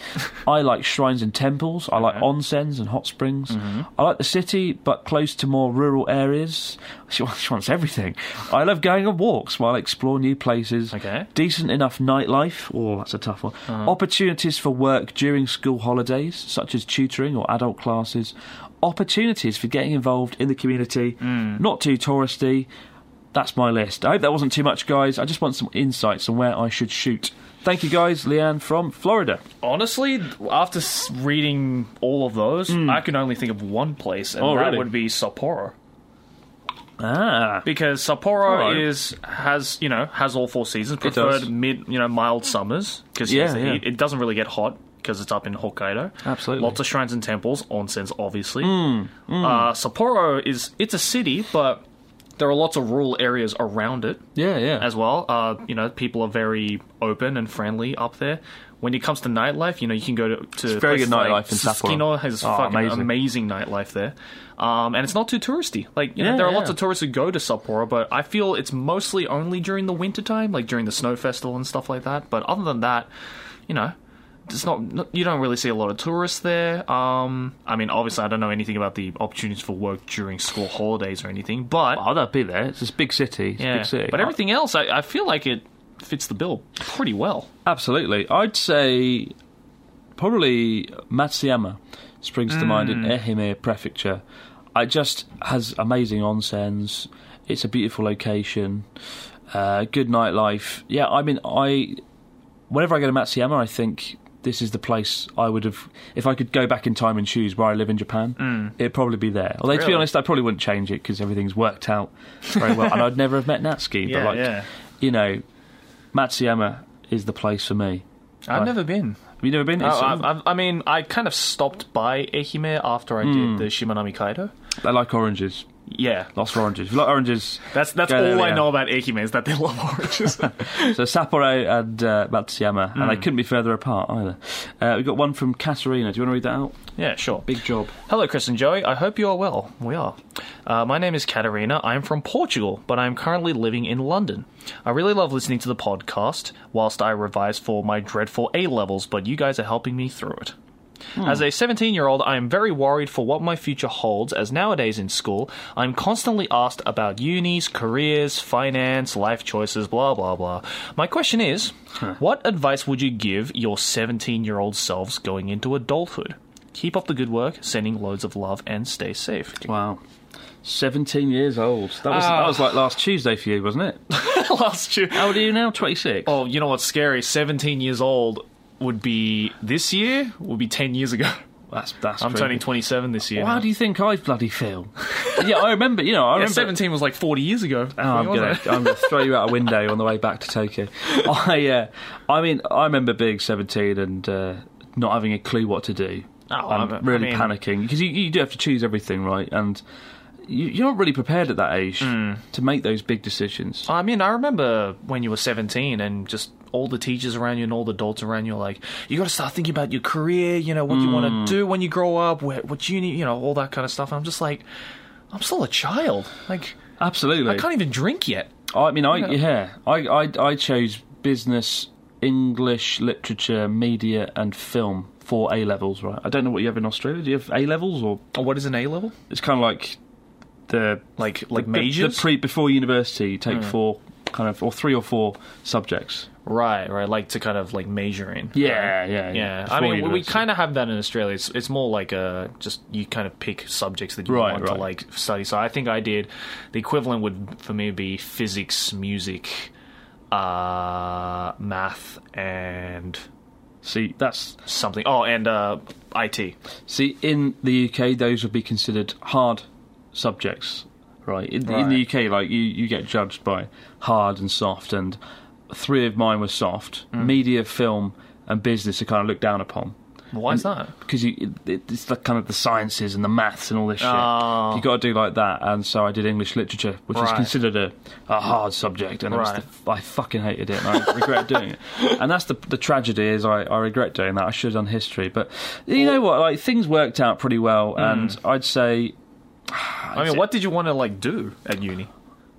Speaker 1: I like shrines and temples. I like onsens and hot springs. I like the city, but close to more rural areas. She wants, she wants everything. I love going on walks while I explore new places
Speaker 2: Okay.
Speaker 1: decent enough nightlife. Oh, that's a tough one. Opportunities for work during school holidays, such as tutoring or adult classes. Opportunities for getting involved in the community. Not too touristy. That's my list. I hope that wasn't too much, guys. I just want some insights on where I should shoot. Thank you, guys. Leanne from Florida.
Speaker 2: Honestly, after s- reading all of those, I can only think of one place, and
Speaker 1: Hmm. Oh,
Speaker 2: that
Speaker 1: really?
Speaker 2: would be Sapporo.
Speaker 1: Ah.
Speaker 2: because Sapporo
Speaker 1: Alright.
Speaker 2: is has you know has all four seasons.
Speaker 5: does.
Speaker 2: Preferred mid you know mild summers because
Speaker 1: Yeah, yeah.
Speaker 2: heat. it doesn't really get hot because it's up in Hokkaido.
Speaker 1: Absolutely. Hmm,
Speaker 2: lots of shrines and temples, onsens obviously. Uh, Sapporo is it's a city, but there are lots of rural areas around it
Speaker 1: Yeah, yeah.
Speaker 2: as well. Uh, you know, people are very open and friendly up there. When it comes to nightlife, you know, you can go to, to
Speaker 1: It's very good
Speaker 2: places
Speaker 1: nightlife in Sapporo.
Speaker 2: Tsukino has
Speaker 1: Oh,
Speaker 2: fucking
Speaker 1: amazing.
Speaker 2: amazing. nightlife there, um, and it's not too touristy. Like you know,
Speaker 1: Yeah,
Speaker 2: there are
Speaker 1: yeah.
Speaker 2: lots of tourists who go to Sapporo, but I feel it's mostly only during the winter time, like during the snow festival and stuff like that. But other than that, you know. It's not, not you don't really see a lot of tourists there. Um, I mean, obviously, I don't know anything about the opportunities for work during school holidays or anything, but
Speaker 1: Oh, that'd be there. It's this big city. It's a big city.
Speaker 2: but everything else, I, I feel like it fits the bill pretty well.
Speaker 1: Absolutely. I'd say probably Matsuyama springs to mind in
Speaker 2: Mm.
Speaker 1: Ehime Prefecture. It just has amazing onsens. It's a beautiful location. Uh, good nightlife. Yeah, I mean, I whenever I go to Matsuyama, I think this is the place I would have if I could go back in time and choose where I live in Japan. It'd probably be there. Although to be
Speaker 2: Mm. Really?
Speaker 1: honest, I probably wouldn't change it because everything's worked out very well, and I'd never have met Natsuki.
Speaker 2: Yeah,
Speaker 1: but like,
Speaker 2: yeah.
Speaker 1: you know, Matsuyama is the place for me.
Speaker 2: I've
Speaker 1: Like-
Speaker 2: never been.
Speaker 1: Have you never been?
Speaker 2: I,
Speaker 1: It's- um,
Speaker 2: I, Oh, I- I mean, I kind of stopped by Ehime after I
Speaker 1: Mm.
Speaker 2: did the Shimanami Kaido.
Speaker 1: They like oranges.
Speaker 2: Yeah,
Speaker 1: lots of oranges. If you like oranges.
Speaker 2: That's that's
Speaker 1: go
Speaker 2: all
Speaker 1: there,
Speaker 2: I
Speaker 1: Leanne.
Speaker 2: know about Ehime is that they love oranges.
Speaker 1: so Sapporo and uh, Matsuyama, and they
Speaker 2: Mm.
Speaker 1: couldn't be further apart either. Uh, we've got one from Katerina. Do you want to read that out?
Speaker 2: yeah, sure.
Speaker 1: Big job.
Speaker 2: Hello, Chris and Joey. I hope you are well. We are. Uh, my name is Katarina. I am from Portugal, but I am currently living in London. I really love listening to the podcast whilst I revise for my dreadful A levels, but you guys are helping me through it.
Speaker 9: Hmm.
Speaker 2: As a 17 year old, I am very worried for what my future holds, as nowadays in school, I'm constantly asked about unis, careers, finance, life choices, blah, blah, blah. My question is what advice would you give your 17 year old selves going into adulthood? Keep up the good work, sending loads of love, and stay safe.
Speaker 1: Wow. 17 years old. That was,
Speaker 2: Ah.
Speaker 1: that was like last Tuesday for you, wasn't it?
Speaker 2: Last year.
Speaker 1: How old are you now? 26?
Speaker 2: Oh, you know what's scary? 17 years old would be this year, would be 10 years ago.
Speaker 1: That's, that's
Speaker 2: I'm
Speaker 1: creepy.
Speaker 2: turning 27 this year.
Speaker 1: Well, how
Speaker 2: now.
Speaker 1: do you think I bloody feel? yeah, I remember, you know, I
Speaker 2: Yeah,
Speaker 1: remember.
Speaker 2: 17 was like 40 years ago.
Speaker 1: Oh, I'm
Speaker 2: Wasn't
Speaker 1: gonna,
Speaker 2: it?
Speaker 1: I'm gonna throw you out a window on the way back to Tokyo. I, uh, I mean, I remember being 17 and uh, not having a clue what to do.
Speaker 2: Oh,
Speaker 1: I'm
Speaker 2: I mean-
Speaker 1: really
Speaker 2: I mean-
Speaker 1: panicking because you, you do have to choose everything, right? And you, you're not really prepared at that age
Speaker 2: Hmm.
Speaker 1: to make those big decisions.
Speaker 2: I mean, I remember when you were 17 and just all the teachers around you and all the adults around you are like, you got to start thinking about your career, you know, what you
Speaker 1: Mm.
Speaker 2: want to do when you grow up, where, what uni, you know, all that kind of stuff. And I'm just like, I'm still a child. Like,
Speaker 1: Absolutely,
Speaker 2: I can't even drink yet.
Speaker 1: I mean, I
Speaker 2: You know?
Speaker 1: yeah, I, I I chose business, English, literature, media, and film for A levels. Right, I don't know what you have in Australia. Do you have A levels or
Speaker 2: Oh, what is an A level?
Speaker 1: It's kind of like the
Speaker 2: like like
Speaker 1: the,
Speaker 2: majors?
Speaker 1: the pre before university. You take
Speaker 2: Mm.
Speaker 1: four kind of or three or four subjects. Uh,
Speaker 2: Right, right. Like to kind of like major in.
Speaker 1: Yeah,
Speaker 2: Right?
Speaker 1: yeah, yeah.
Speaker 2: I
Speaker 1: Before
Speaker 2: mean, we- we
Speaker 1: university.
Speaker 2: kind of have that in Australia. It's, it's more like a just you kind of pick subjects that you
Speaker 1: Right,
Speaker 2: want
Speaker 1: right.
Speaker 2: to like study. So I think I did the equivalent would for me be physics, music, uh, math, and
Speaker 1: see that's
Speaker 2: something. Oh, and uh, IT.
Speaker 1: See, in the UK, those would be considered hard subjects, right? In, in the UK, like you, you get judged by hard and soft, and three of mine were soft.
Speaker 2: Mm.
Speaker 1: Media, film, and business are kind of looked down upon.
Speaker 2: Why is
Speaker 1: And-
Speaker 2: that?
Speaker 1: Because you, it, it's the kind of the sciences and the maths and all this shit.
Speaker 2: Oh.
Speaker 1: You got to do like that, and so I did English literature, which is
Speaker 2: Right.
Speaker 1: considered a, a hard subject, and it was
Speaker 2: Right.
Speaker 1: the, I fucking hated it, and I regret doing it. And that's the the tragedy is I, I regret doing that. I should have done history, but you know what? Like things worked out pretty well, and
Speaker 2: Hmm.
Speaker 1: I'd say.
Speaker 2: I mean, what did you want to like do at uni?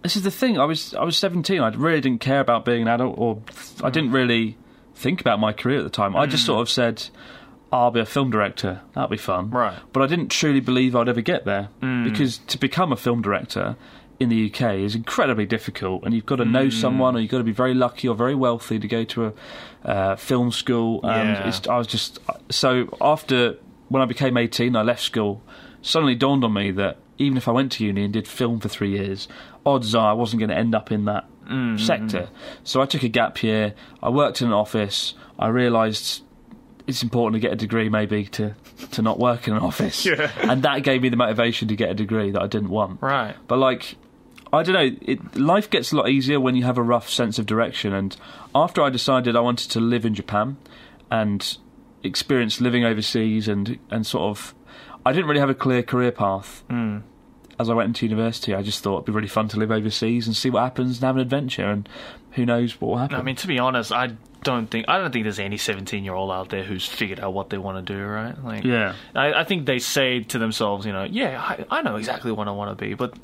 Speaker 1: This is the thing. I was I was seventeen. I really didn't care about being an adult, or I didn't really think about my career at the time. I just
Speaker 2: Mm.
Speaker 1: sort of said, "I'll be a film director. That'll be fun." Right. But I didn't truly believe I'd ever get there
Speaker 2: Mm.
Speaker 1: because to become a film director in the UK is incredibly difficult, and you've got to know
Speaker 2: Mm.
Speaker 1: someone, or you've got to be very lucky or very wealthy to go to a uh, film school. And
Speaker 2: Yeah.
Speaker 1: Um, it's, I was just so after when I became eighteen, I left school. Suddenly dawned on me that even if I went to uni and did film for three years, odds are I wasn't going to end up in that
Speaker 2: Mm, mm,
Speaker 1: sector. So I took a gap year. I worked in an office. I realised it's important to get a degree, maybe to to not work in an office.
Speaker 2: Yeah.
Speaker 1: And that gave me the motivation to get a degree that I didn't want.
Speaker 2: Right.
Speaker 1: But like, I don't know. It, life gets a lot easier when you have a rough sense of direction. And after I decided I wanted to live in Japan and experience living overseas and and sort of, I didn't really have a clear career path.
Speaker 2: Mm.
Speaker 1: As I went into university, I just thought it'd be really fun to live overseas and see what happens and have an adventure. And who knows what will happen.
Speaker 2: I mean, to be honest, I don't think I don't think there's any 17 year old out there who's figured out what they want to do, right? Like,
Speaker 1: Yeah.
Speaker 2: I, I think they say to themselves, you know, yeah, I, I know exactly what I want to be, but.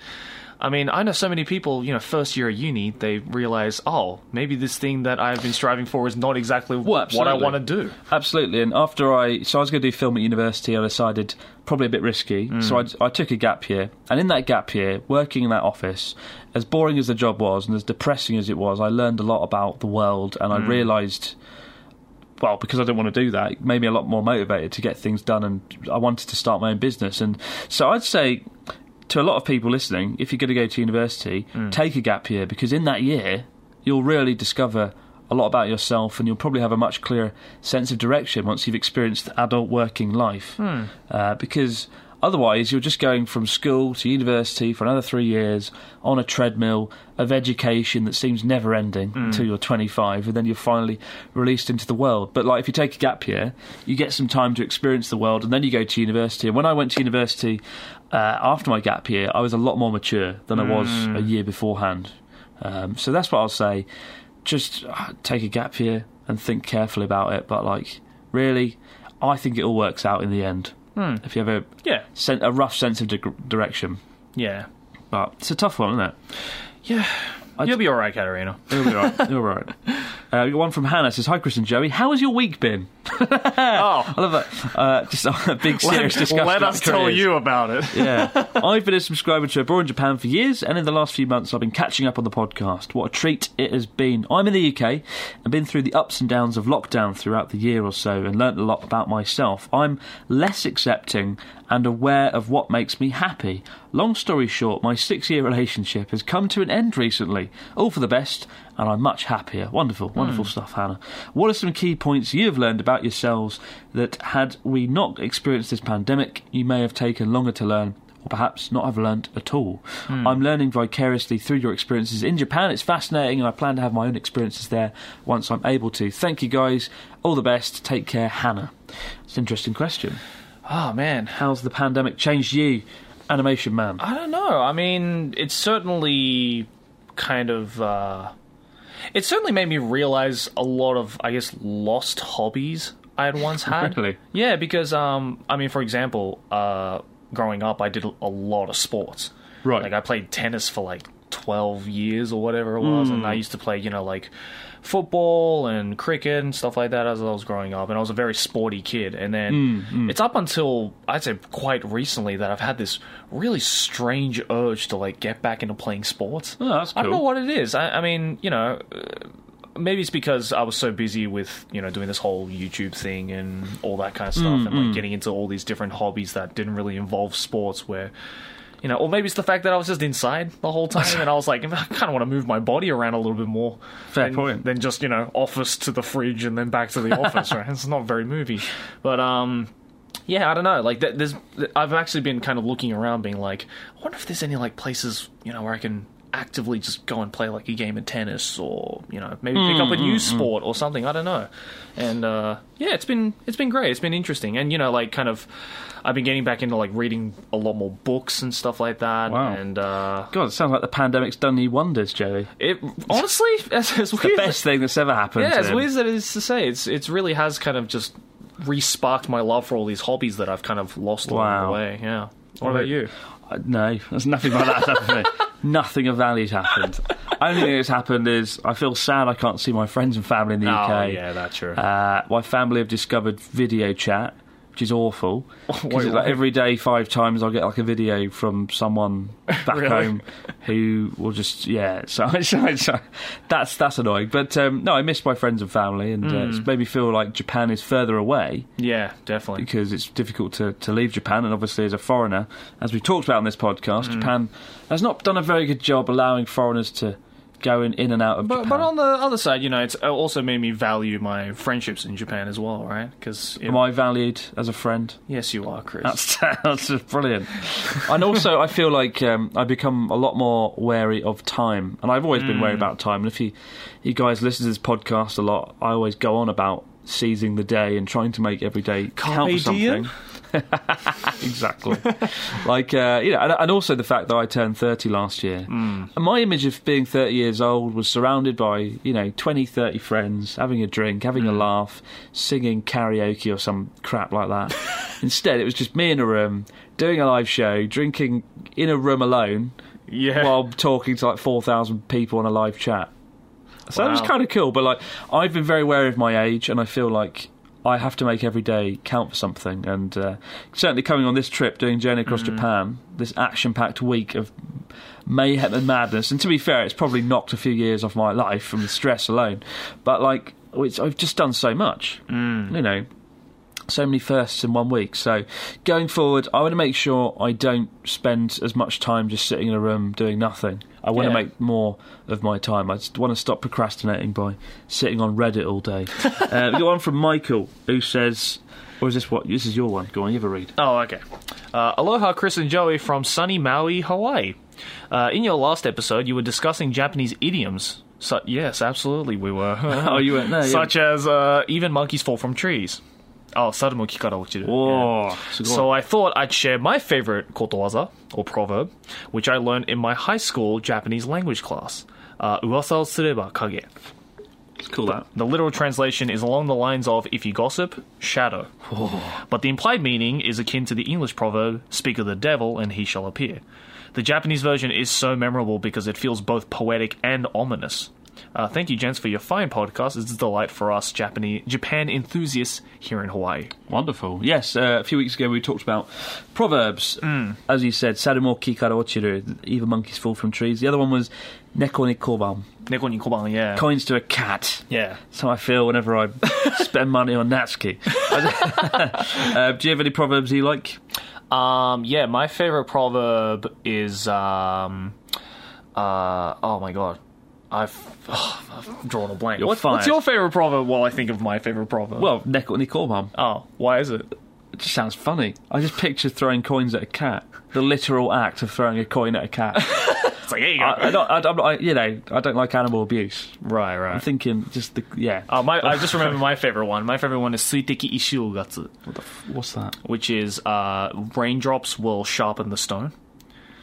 Speaker 2: I mean, I know so many people, you know, first year of uni, they realize, oh, maybe this thing that I've been striving for is not exactly what I
Speaker 1: absolutely.
Speaker 2: want to do.
Speaker 1: Absolutely. And after I, so I was going to do film at university, I decided probably a bit risky. So I, I took a gap year. And in that gap year, working in that office, as boring as the job was and as depressing as it was, I learned a lot about the world and I
Speaker 2: Mm.
Speaker 1: realised. Well, because I didn't want to do that, it made me a lot more motivated to get things done, and I wanted to start my own business. And so I'd say to a lot of people listening, if you're going to go to university, take a gap year because in that year you'll really discover a lot about yourself and you'll probably have a much clearer sense of direction once you've experienced adult working life.
Speaker 2: Hmm.
Speaker 1: Uh, because Otherwise, you're just going from school to university for another three years on a treadmill of education that seems never ending until you're 25, and then you're finally released into the world. But like, if you take a gap year, you get some time to experience the world, and then you go to university. And when I went to university uh, after my gap year, I was a lot more mature than I was
Speaker 2: Mm.
Speaker 1: a year beforehand. Um, so that's what I'll say. Just uh, take a gap year and think carefully about it. But like, really, I think it all works out in the end.
Speaker 2: Hmm.
Speaker 1: If you have a
Speaker 2: Yeah.
Speaker 1: sen- a rough sense of di- direction,
Speaker 2: Yeah.
Speaker 1: but it's a tough one, isn't it?
Speaker 2: Yeah. You'll be all right, Katerina.
Speaker 1: You'll be all right. You're all right. Uh, we got one from Hannah says, "Hi, Chris and Joey. How has your week been?" oh, I love that. Uh, just a big serious
Speaker 2: Let-
Speaker 1: discussion.
Speaker 2: let
Speaker 1: about
Speaker 2: us tell
Speaker 1: careers.
Speaker 2: you about it.
Speaker 1: yeah, I've been a subscriber to Abroad in Japan for years, and in the last few months, I've been catching up on the podcast. What a treat it has been! I'm in the UK and been through the ups and downs of lockdown throughout the year or so, and learnt a lot about myself. I'm less accepting and aware of what makes me happy. Long story short, my six-year relationship has come to an end recently, all for the best, and I'm much happier. Wonderful, wonderful stuff, Hannah. What are some key points you've learned about yourselves that, had we not experienced this pandemic, you may have taken longer to learn? or perhaps not have learnt at all. I'm learning vicariously through your experiences in Japan. It's fascinating, and I plan to have my own experiences there once I'm able to. Thank you, guys. All the best. Take care, Hannah. It's an interesting question.
Speaker 2: Oh, man.
Speaker 1: How's the pandemic changed you, animation man?
Speaker 2: I don't know. I mean, it's certainly kind of. Uh, it certainly made me realize a lot of, I guess, lost hobbies I had once had.
Speaker 1: Really?
Speaker 2: Yeah, because um, I mean, for example, uh, growing up, I did a lot of sports.
Speaker 1: Right.
Speaker 2: Like I played tennis for like twelve years or whatever it was, and
Speaker 1: Mm.
Speaker 2: I used to play, you know, like football and cricket and stuff like that as I was growing up, and I was a very sporty kid. And then
Speaker 1: Mm, mm.
Speaker 2: it's up until I'd say quite recently that I've had this really strange urge to like get back into playing sports.
Speaker 1: Oh, that's
Speaker 2: I don't know
Speaker 1: cool.
Speaker 2: what it is. I, I mean, you know, uh, maybe it's because I was so busy with you know doing this whole YouTube thing and all that kind of stuff,
Speaker 1: Mm,
Speaker 2: and like
Speaker 1: mm.
Speaker 2: getting into all these different hobbies that didn't really involve sports. Where you know, or maybe it's the fact that I was just inside the whole time, and I was like, I kind of want to move my body around a little bit more.
Speaker 1: Fair
Speaker 2: than,
Speaker 1: point.
Speaker 2: Than just you know, office to the fridge and then back to the office. Right? It's not very movie, but um. Yeah, I don't know. Like, th- there's, th- I've actually been kind of looking around, being like, I wonder if there's any like places you know where I can actively just go and play like a game of tennis, or you know maybe pick up a
Speaker 1: Mm,
Speaker 2: new
Speaker 1: mm, mm.
Speaker 2: sport or something. I don't know. And uh, yeah, it's been it's been great. It's been interesting, and you know, like kind of, I've been getting back into like reading a lot more books and stuff like that.
Speaker 1: Wow.
Speaker 2: And uh,
Speaker 1: God, it sounds like the pandemic's done you wonders, Joey.
Speaker 2: it honestly, as, as
Speaker 1: The
Speaker 2: weird,
Speaker 1: best thing that's ever happened.
Speaker 2: yeah,
Speaker 1: to
Speaker 2: as
Speaker 1: him.
Speaker 2: weird as it is to say, it's it's really has kind of just re-sparked my love for all these hobbies that I've kind of lost along
Speaker 1: Wow.
Speaker 2: the way. Yeah. What about you?
Speaker 1: Uh, no, there's nothing like that happened. to me. Nothing of value's happened. Only thing that's happened is I feel sad I can't see my friends and family in the
Speaker 2: Oh,
Speaker 1: UK.
Speaker 2: yeah, that's true.
Speaker 1: Uh, my family have discovered video chat, which is awful. 'Cause
Speaker 2: Wait,
Speaker 1: it's like
Speaker 2: what?
Speaker 1: every day, five times, I'll get like a video from someone back
Speaker 2: Really?
Speaker 1: home who will just yeah. So, so, so that's that's annoying. But um, no, I miss my friends and family, and uh,
Speaker 2: Mm.
Speaker 1: it's made me feel like Japan is further away
Speaker 2: Yeah, definitely.
Speaker 1: because it's difficult to, to leave Japan, and obviously, as a foreigner, as we've talked about on this podcast,
Speaker 2: Mm.
Speaker 1: Japan has not done a very good job allowing foreigners to go in, in and out of
Speaker 2: But,
Speaker 1: Japan.
Speaker 2: but on the other side, you know, it's also made me value my friendships in Japan as well, right? Because
Speaker 1: Am I valued as a friend?
Speaker 2: yes, you are, Chris.
Speaker 1: That's, that's just brilliant. and also, I feel like um, I've become a lot more wary of time, and I've always been
Speaker 2: Mm.
Speaker 1: wary about time. And if you, you guys listen to this podcast a lot, I always go on about seizing the day and trying to make every day count for
Speaker 2: Carpe diem?
Speaker 1: something. exactly. like uh, you know, and, and also the fact that I turned thirty last year. And my image of being thirty years old was surrounded by you know 20, 30 friends, having a drink, having a laugh, singing karaoke or some crap like that. Instead, it was just me in a room doing a live show, drinking in a room alone,
Speaker 2: Yeah.
Speaker 1: while talking to like four thousand people on a live chat. So that was
Speaker 2: Wow.
Speaker 1: kind of cool, but like I've been very wary of my age, and I feel like I have to make every day count for something. And uh, certainly coming on this trip, doing journey across
Speaker 2: Mm.
Speaker 1: Japan, this action-packed week of mayhem and madness. And to be fair, it's probably knocked a few years off my life from the stress alone. But like, it's, I've just done so much,
Speaker 2: Mm.
Speaker 1: Mm. you know. So many firsts in one week. So, going forward, I want to make sure I don't spend as much time just sitting in a room doing nothing. I want
Speaker 2: Yeah.
Speaker 1: to make more of my time. I just want to stop procrastinating by sitting on Reddit all day. uh, we got one from Michael who says, Or is this what? This is your one. Go on, you have a read.
Speaker 2: Oh, okay. Uh, Aloha, Chris and Joey from sunny Maui, Hawaii. Uh, in your last episode, you were discussing Japanese idioms. Su- yes, absolutely, we were.
Speaker 1: Oh, you weren't there, yeah.
Speaker 2: Such as uh, even monkeys fall from trees. Oh, Sarumo Kikara
Speaker 1: Whoa.
Speaker 2: So I thought I'd share my favorite kotowaza, or proverb, which I learned in my high school Japanese language class. Uh, Uwasa o sureba kage.
Speaker 1: It's cool that.
Speaker 2: The literal translation is along the lines of if you gossip, shadow. But the implied meaning is akin to the English proverb, speak of the devil and he shall appear. The Japanese version is so memorable because it feels both poetic and ominous. Uh, thank you, gents, for your fine podcast. It's a delight for us Japanese Japan enthusiasts here in Hawaii.
Speaker 1: Wonderful. Yes, uh, a few weeks ago we talked about proverbs. As you said, Sarumo Kikara Ochiru, either monkeys fall from trees. The other one was Neko ni koban.
Speaker 2: Neko ni koban, yeah.
Speaker 1: Coins to a cat.
Speaker 2: Yeah.
Speaker 1: So I feel whenever I spend money on Natsuki. uh, do you have any proverbs you like?
Speaker 2: Um, yeah, my favorite proverb is um, uh, oh my god, I've, I've drawn a blank.
Speaker 1: You're
Speaker 2: What-
Speaker 1: fired.
Speaker 2: What's your favorite proverb? While I think of my favorite proverb,
Speaker 1: Well, Neko ni koban.
Speaker 2: oh, why is it?
Speaker 1: It just sounds funny. I just picture throwing coins at a cat. The literal act of throwing a coin at a cat.
Speaker 2: It's like here you go.
Speaker 1: I, I don't, I, I'm not, I, you know, I don't like animal abuse.
Speaker 2: right, right.
Speaker 1: I'm thinking just the yeah.
Speaker 2: Uh, my, I just remember my favorite one. My favorite one is Suiteki Ishiugatsu,
Speaker 1: What's that?
Speaker 2: which is uh, raindrops will sharpen the stone.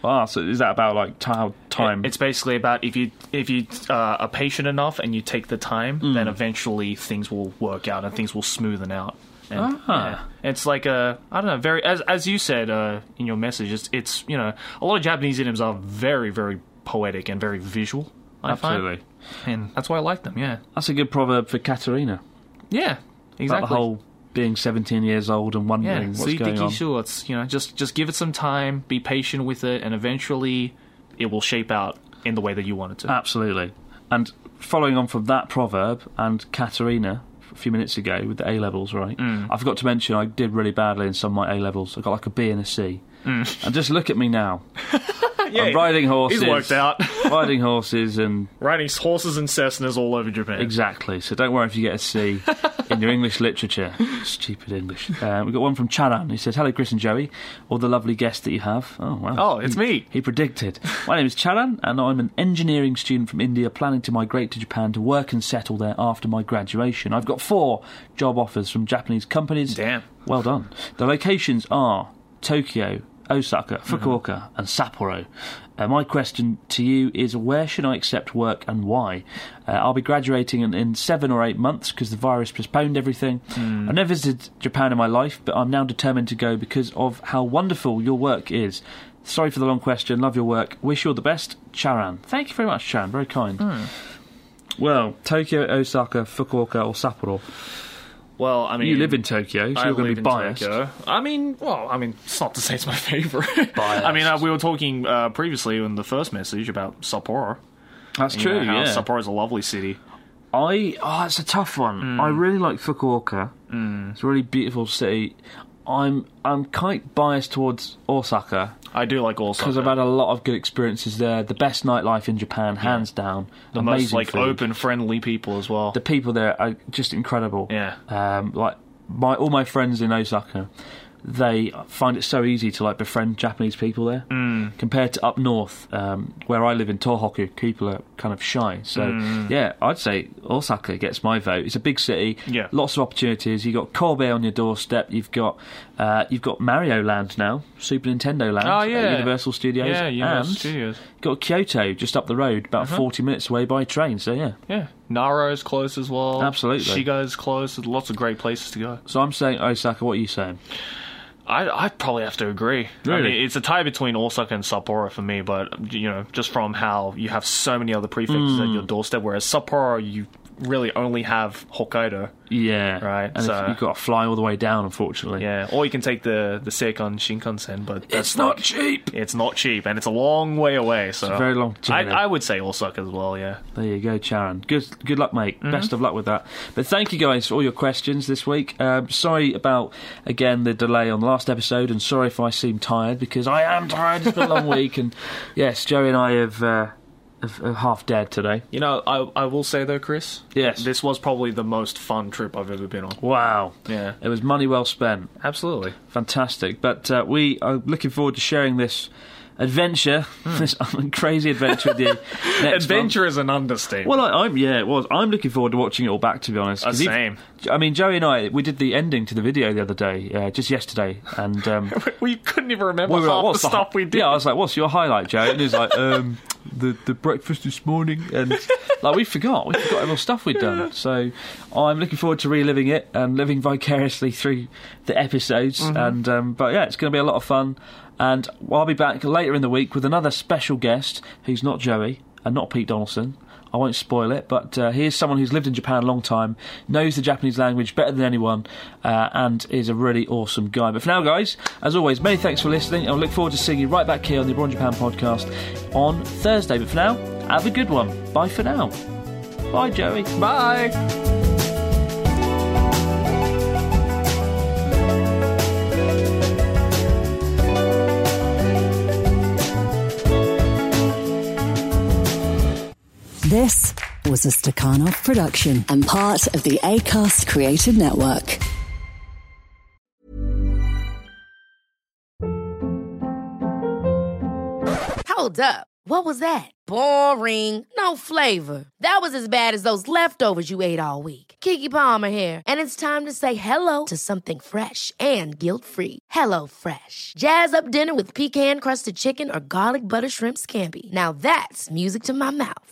Speaker 1: Ah, so is that about like how time?
Speaker 2: It's basically about if you if you uh, are patient enough and you take the time, then
Speaker 1: Mm.
Speaker 2: eventually things will work out and things will smoothen out. And,
Speaker 1: Ah.
Speaker 2: yeah. it's like a I don't know very as as you said uh, in your message. It's it's you know a lot of Japanese idioms are very very poetic and very visual. I
Speaker 1: Absolutely.
Speaker 2: find, and that's why I like them. Yeah,
Speaker 1: That's a good proverb for Katerina.
Speaker 2: yeah,
Speaker 1: About
Speaker 2: exactly.
Speaker 1: the whole being 17 years old and
Speaker 2: yeah,
Speaker 1: wondering
Speaker 2: so
Speaker 1: what's
Speaker 2: you
Speaker 1: going
Speaker 2: think
Speaker 1: on.
Speaker 2: you should, it's, you know, just just give it some time, be patient with it, and eventually it will shape out in the way that you want it
Speaker 1: Uh,
Speaker 2: to.
Speaker 1: Absolutely. And following on from that proverb and Katerina a few minutes ago with the A levels, right? I forgot to mention I did really badly in some of my A levels. I got like a B and a C. And just look at me now. I'm riding horses.
Speaker 2: worked out.
Speaker 1: riding horses and
Speaker 2: Riding horses and Cessnas all over Japan.
Speaker 1: Exactly. So don't worry if you get a C in your English literature. Stupid English. Uh, we've got one from Charan. He says, Hello, Chris and Joey, all the lovely guests that you have. Oh, wow.
Speaker 2: Oh, it's
Speaker 1: He-
Speaker 2: me.
Speaker 1: He predicted. My name is Charan, and I'm an engineering student from India planning to migrate to Japan to work and settle there after my graduation. I've got four job offers from Japanese companies.
Speaker 2: Damn.
Speaker 1: Well done. The locations are Tokyo, Osaka,
Speaker 2: Mm-hmm.
Speaker 1: Fukuoka, and Sapporo. Uh, my question to you is where should I accept work and why? Uh, I'll be graduating in, in seven or eight months because the virus postponed everything.
Speaker 2: Mm.
Speaker 1: I've never visited Japan in my life, but I'm now determined to go because of how wonderful your work is. Sorry for the long question. Love your work. Wish you all the best, Charan. Thank you very much, Charan. Very kind.
Speaker 2: Hmm.
Speaker 1: Well, Tokyo, Osaka, Fukuoka, or Sapporo.
Speaker 2: Well, I mean,
Speaker 1: You live in Tokyo, so
Speaker 2: I
Speaker 1: you're going to
Speaker 2: live
Speaker 1: be
Speaker 2: in
Speaker 1: biased.
Speaker 2: Tokyo. I mean, well, I mean, it's not to say it's my favorite.
Speaker 1: Biased.
Speaker 2: I mean, uh, we were talking uh, previously in the first message about Sapporo.
Speaker 1: That's
Speaker 2: You
Speaker 1: true.
Speaker 2: know, how
Speaker 1: yeah.
Speaker 2: Sapporo's a lovely city.
Speaker 1: I oh, it's a tough one.
Speaker 2: Mm.
Speaker 1: I really like Fukuoka. Mm. It's a really beautiful city. I'm I'm quite biased towards Osaka
Speaker 2: I do like Osaka.
Speaker 1: because I've had a lot of good experiences there. The best nightlife in Japan, hands down.
Speaker 2: the
Speaker 1: Amazing
Speaker 2: most like
Speaker 1: food.
Speaker 2: open, friendly people as well.
Speaker 1: The people there are just incredible.
Speaker 2: Yeah.
Speaker 1: Um, like my all my friends in Osaka, they find it so easy to like befriend Japanese people there
Speaker 2: Mm.
Speaker 1: compared to up north, um, where I live in Tohoku. People are kind of shy. So
Speaker 2: Mm.
Speaker 1: yeah, I'd say Osaka gets my vote. It's a big city.
Speaker 2: Yeah.
Speaker 1: Lots of opportunities. You have got Kobe on your doorstep. You've got uh, you've got Mario Land now, Super Nintendo Land.
Speaker 2: Oh,
Speaker 1: at
Speaker 2: yeah.
Speaker 1: Universal Studios.
Speaker 2: Yeah, Universal
Speaker 1: and
Speaker 2: Studios. Uh-huh.
Speaker 1: you've Got Kyoto just up the road, about forty minutes away by train. So yeah.
Speaker 2: Yeah, Naro's close as well.
Speaker 1: Absolutely.
Speaker 2: Shiga's close. There's lots of great places to go.
Speaker 1: So I'm saying Osaka. What are you saying?
Speaker 2: I I probably have to agree. I
Speaker 1: Really?
Speaker 2: mean, it's a tie between Osaka and Sapporo for me, but you know, just from how you have so many other prefixes
Speaker 1: Hmm.
Speaker 2: at your doorstep, whereas Sapporo you really only have Hokkaido.
Speaker 1: Yeah.
Speaker 2: Right,
Speaker 1: And
Speaker 2: so-
Speaker 1: if you've got to fly all the way down, unfortunately.
Speaker 2: Yeah, or you can take the the Seikon Shinkansen, but that's
Speaker 1: It's not
Speaker 2: like-
Speaker 1: cheap.
Speaker 2: It's not cheap, and it's a long way away. So
Speaker 1: a very long
Speaker 2: I,
Speaker 1: journey.
Speaker 2: I would say Osaka as well. Yeah.
Speaker 1: There you go, Charon. Good, good luck, mate.
Speaker 2: Mm-hmm.
Speaker 1: Best of luck with that. But thank you guys for all your questions this week. Um, sorry about again the delay on the last episode, and sorry if I seem tired because I am tired. It's been a long week, and yes, Joey and I have. Uh, uh, half dead today.
Speaker 2: You know, I, I will say though, Chris.
Speaker 1: Yes.
Speaker 2: This was probably the most fun trip I've ever been on.
Speaker 1: Wow.
Speaker 2: Yeah.
Speaker 1: It was money well spent.
Speaker 2: Absolutely.
Speaker 1: Fantastic. But uh, we are looking forward to sharing this adventure, this crazy adventure with you next
Speaker 2: Hmm. Adventure
Speaker 1: month.
Speaker 2: is an understatement.
Speaker 1: Well, I, I'm yeah, it was. I'm looking forward to watching it all back. To be honest, 'cause
Speaker 2: Uh,
Speaker 1: even-
Speaker 2: same.
Speaker 1: I mean, Joey and I we did the ending to the video the other day, uh, just yesterday, and um,
Speaker 2: uh, we couldn't even remember
Speaker 1: we were
Speaker 2: half
Speaker 1: like, "What's
Speaker 2: the
Speaker 1: the
Speaker 2: stuff
Speaker 1: hi-
Speaker 2: we did.
Speaker 1: Yeah, I was like, "What's your highlight, Joey?" And he's like, um, "The the breakfast this morning," and like we forgot, we forgot all the stuff we'd done. So I'm looking forward to reliving it and living vicariously through the episodes.
Speaker 2: Mhm.
Speaker 1: And um, but yeah, it's going to be a lot of fun. And I'll be back later in the week with another special guest who's not Joey and not Pete Donaldson. I won't spoil it, but uh, here's someone who's lived in Japan a long time, knows the Japanese language better than anyone, uh, and is a really awesome guy. But for now, guys, as always, many thanks for listening, and I look forward to seeing you right back here on the Abroad in Japan podcast on Thursday. But for now, have a good one. Bye for now. Bye, Joey.
Speaker 2: Bye.
Speaker 8: This was a Stakhanov production and part of the Acast Creative Network.
Speaker 10: Hold up. What was that? Boring. No flavor. That was as bad as those leftovers you ate all week. Kiki Palmer here, and it's time to say hello to something fresh and guilt-free. Hello Fresh. Jazz up dinner with pecan-crusted chicken or garlic butter shrimp scampi. Now that's music to my mouth.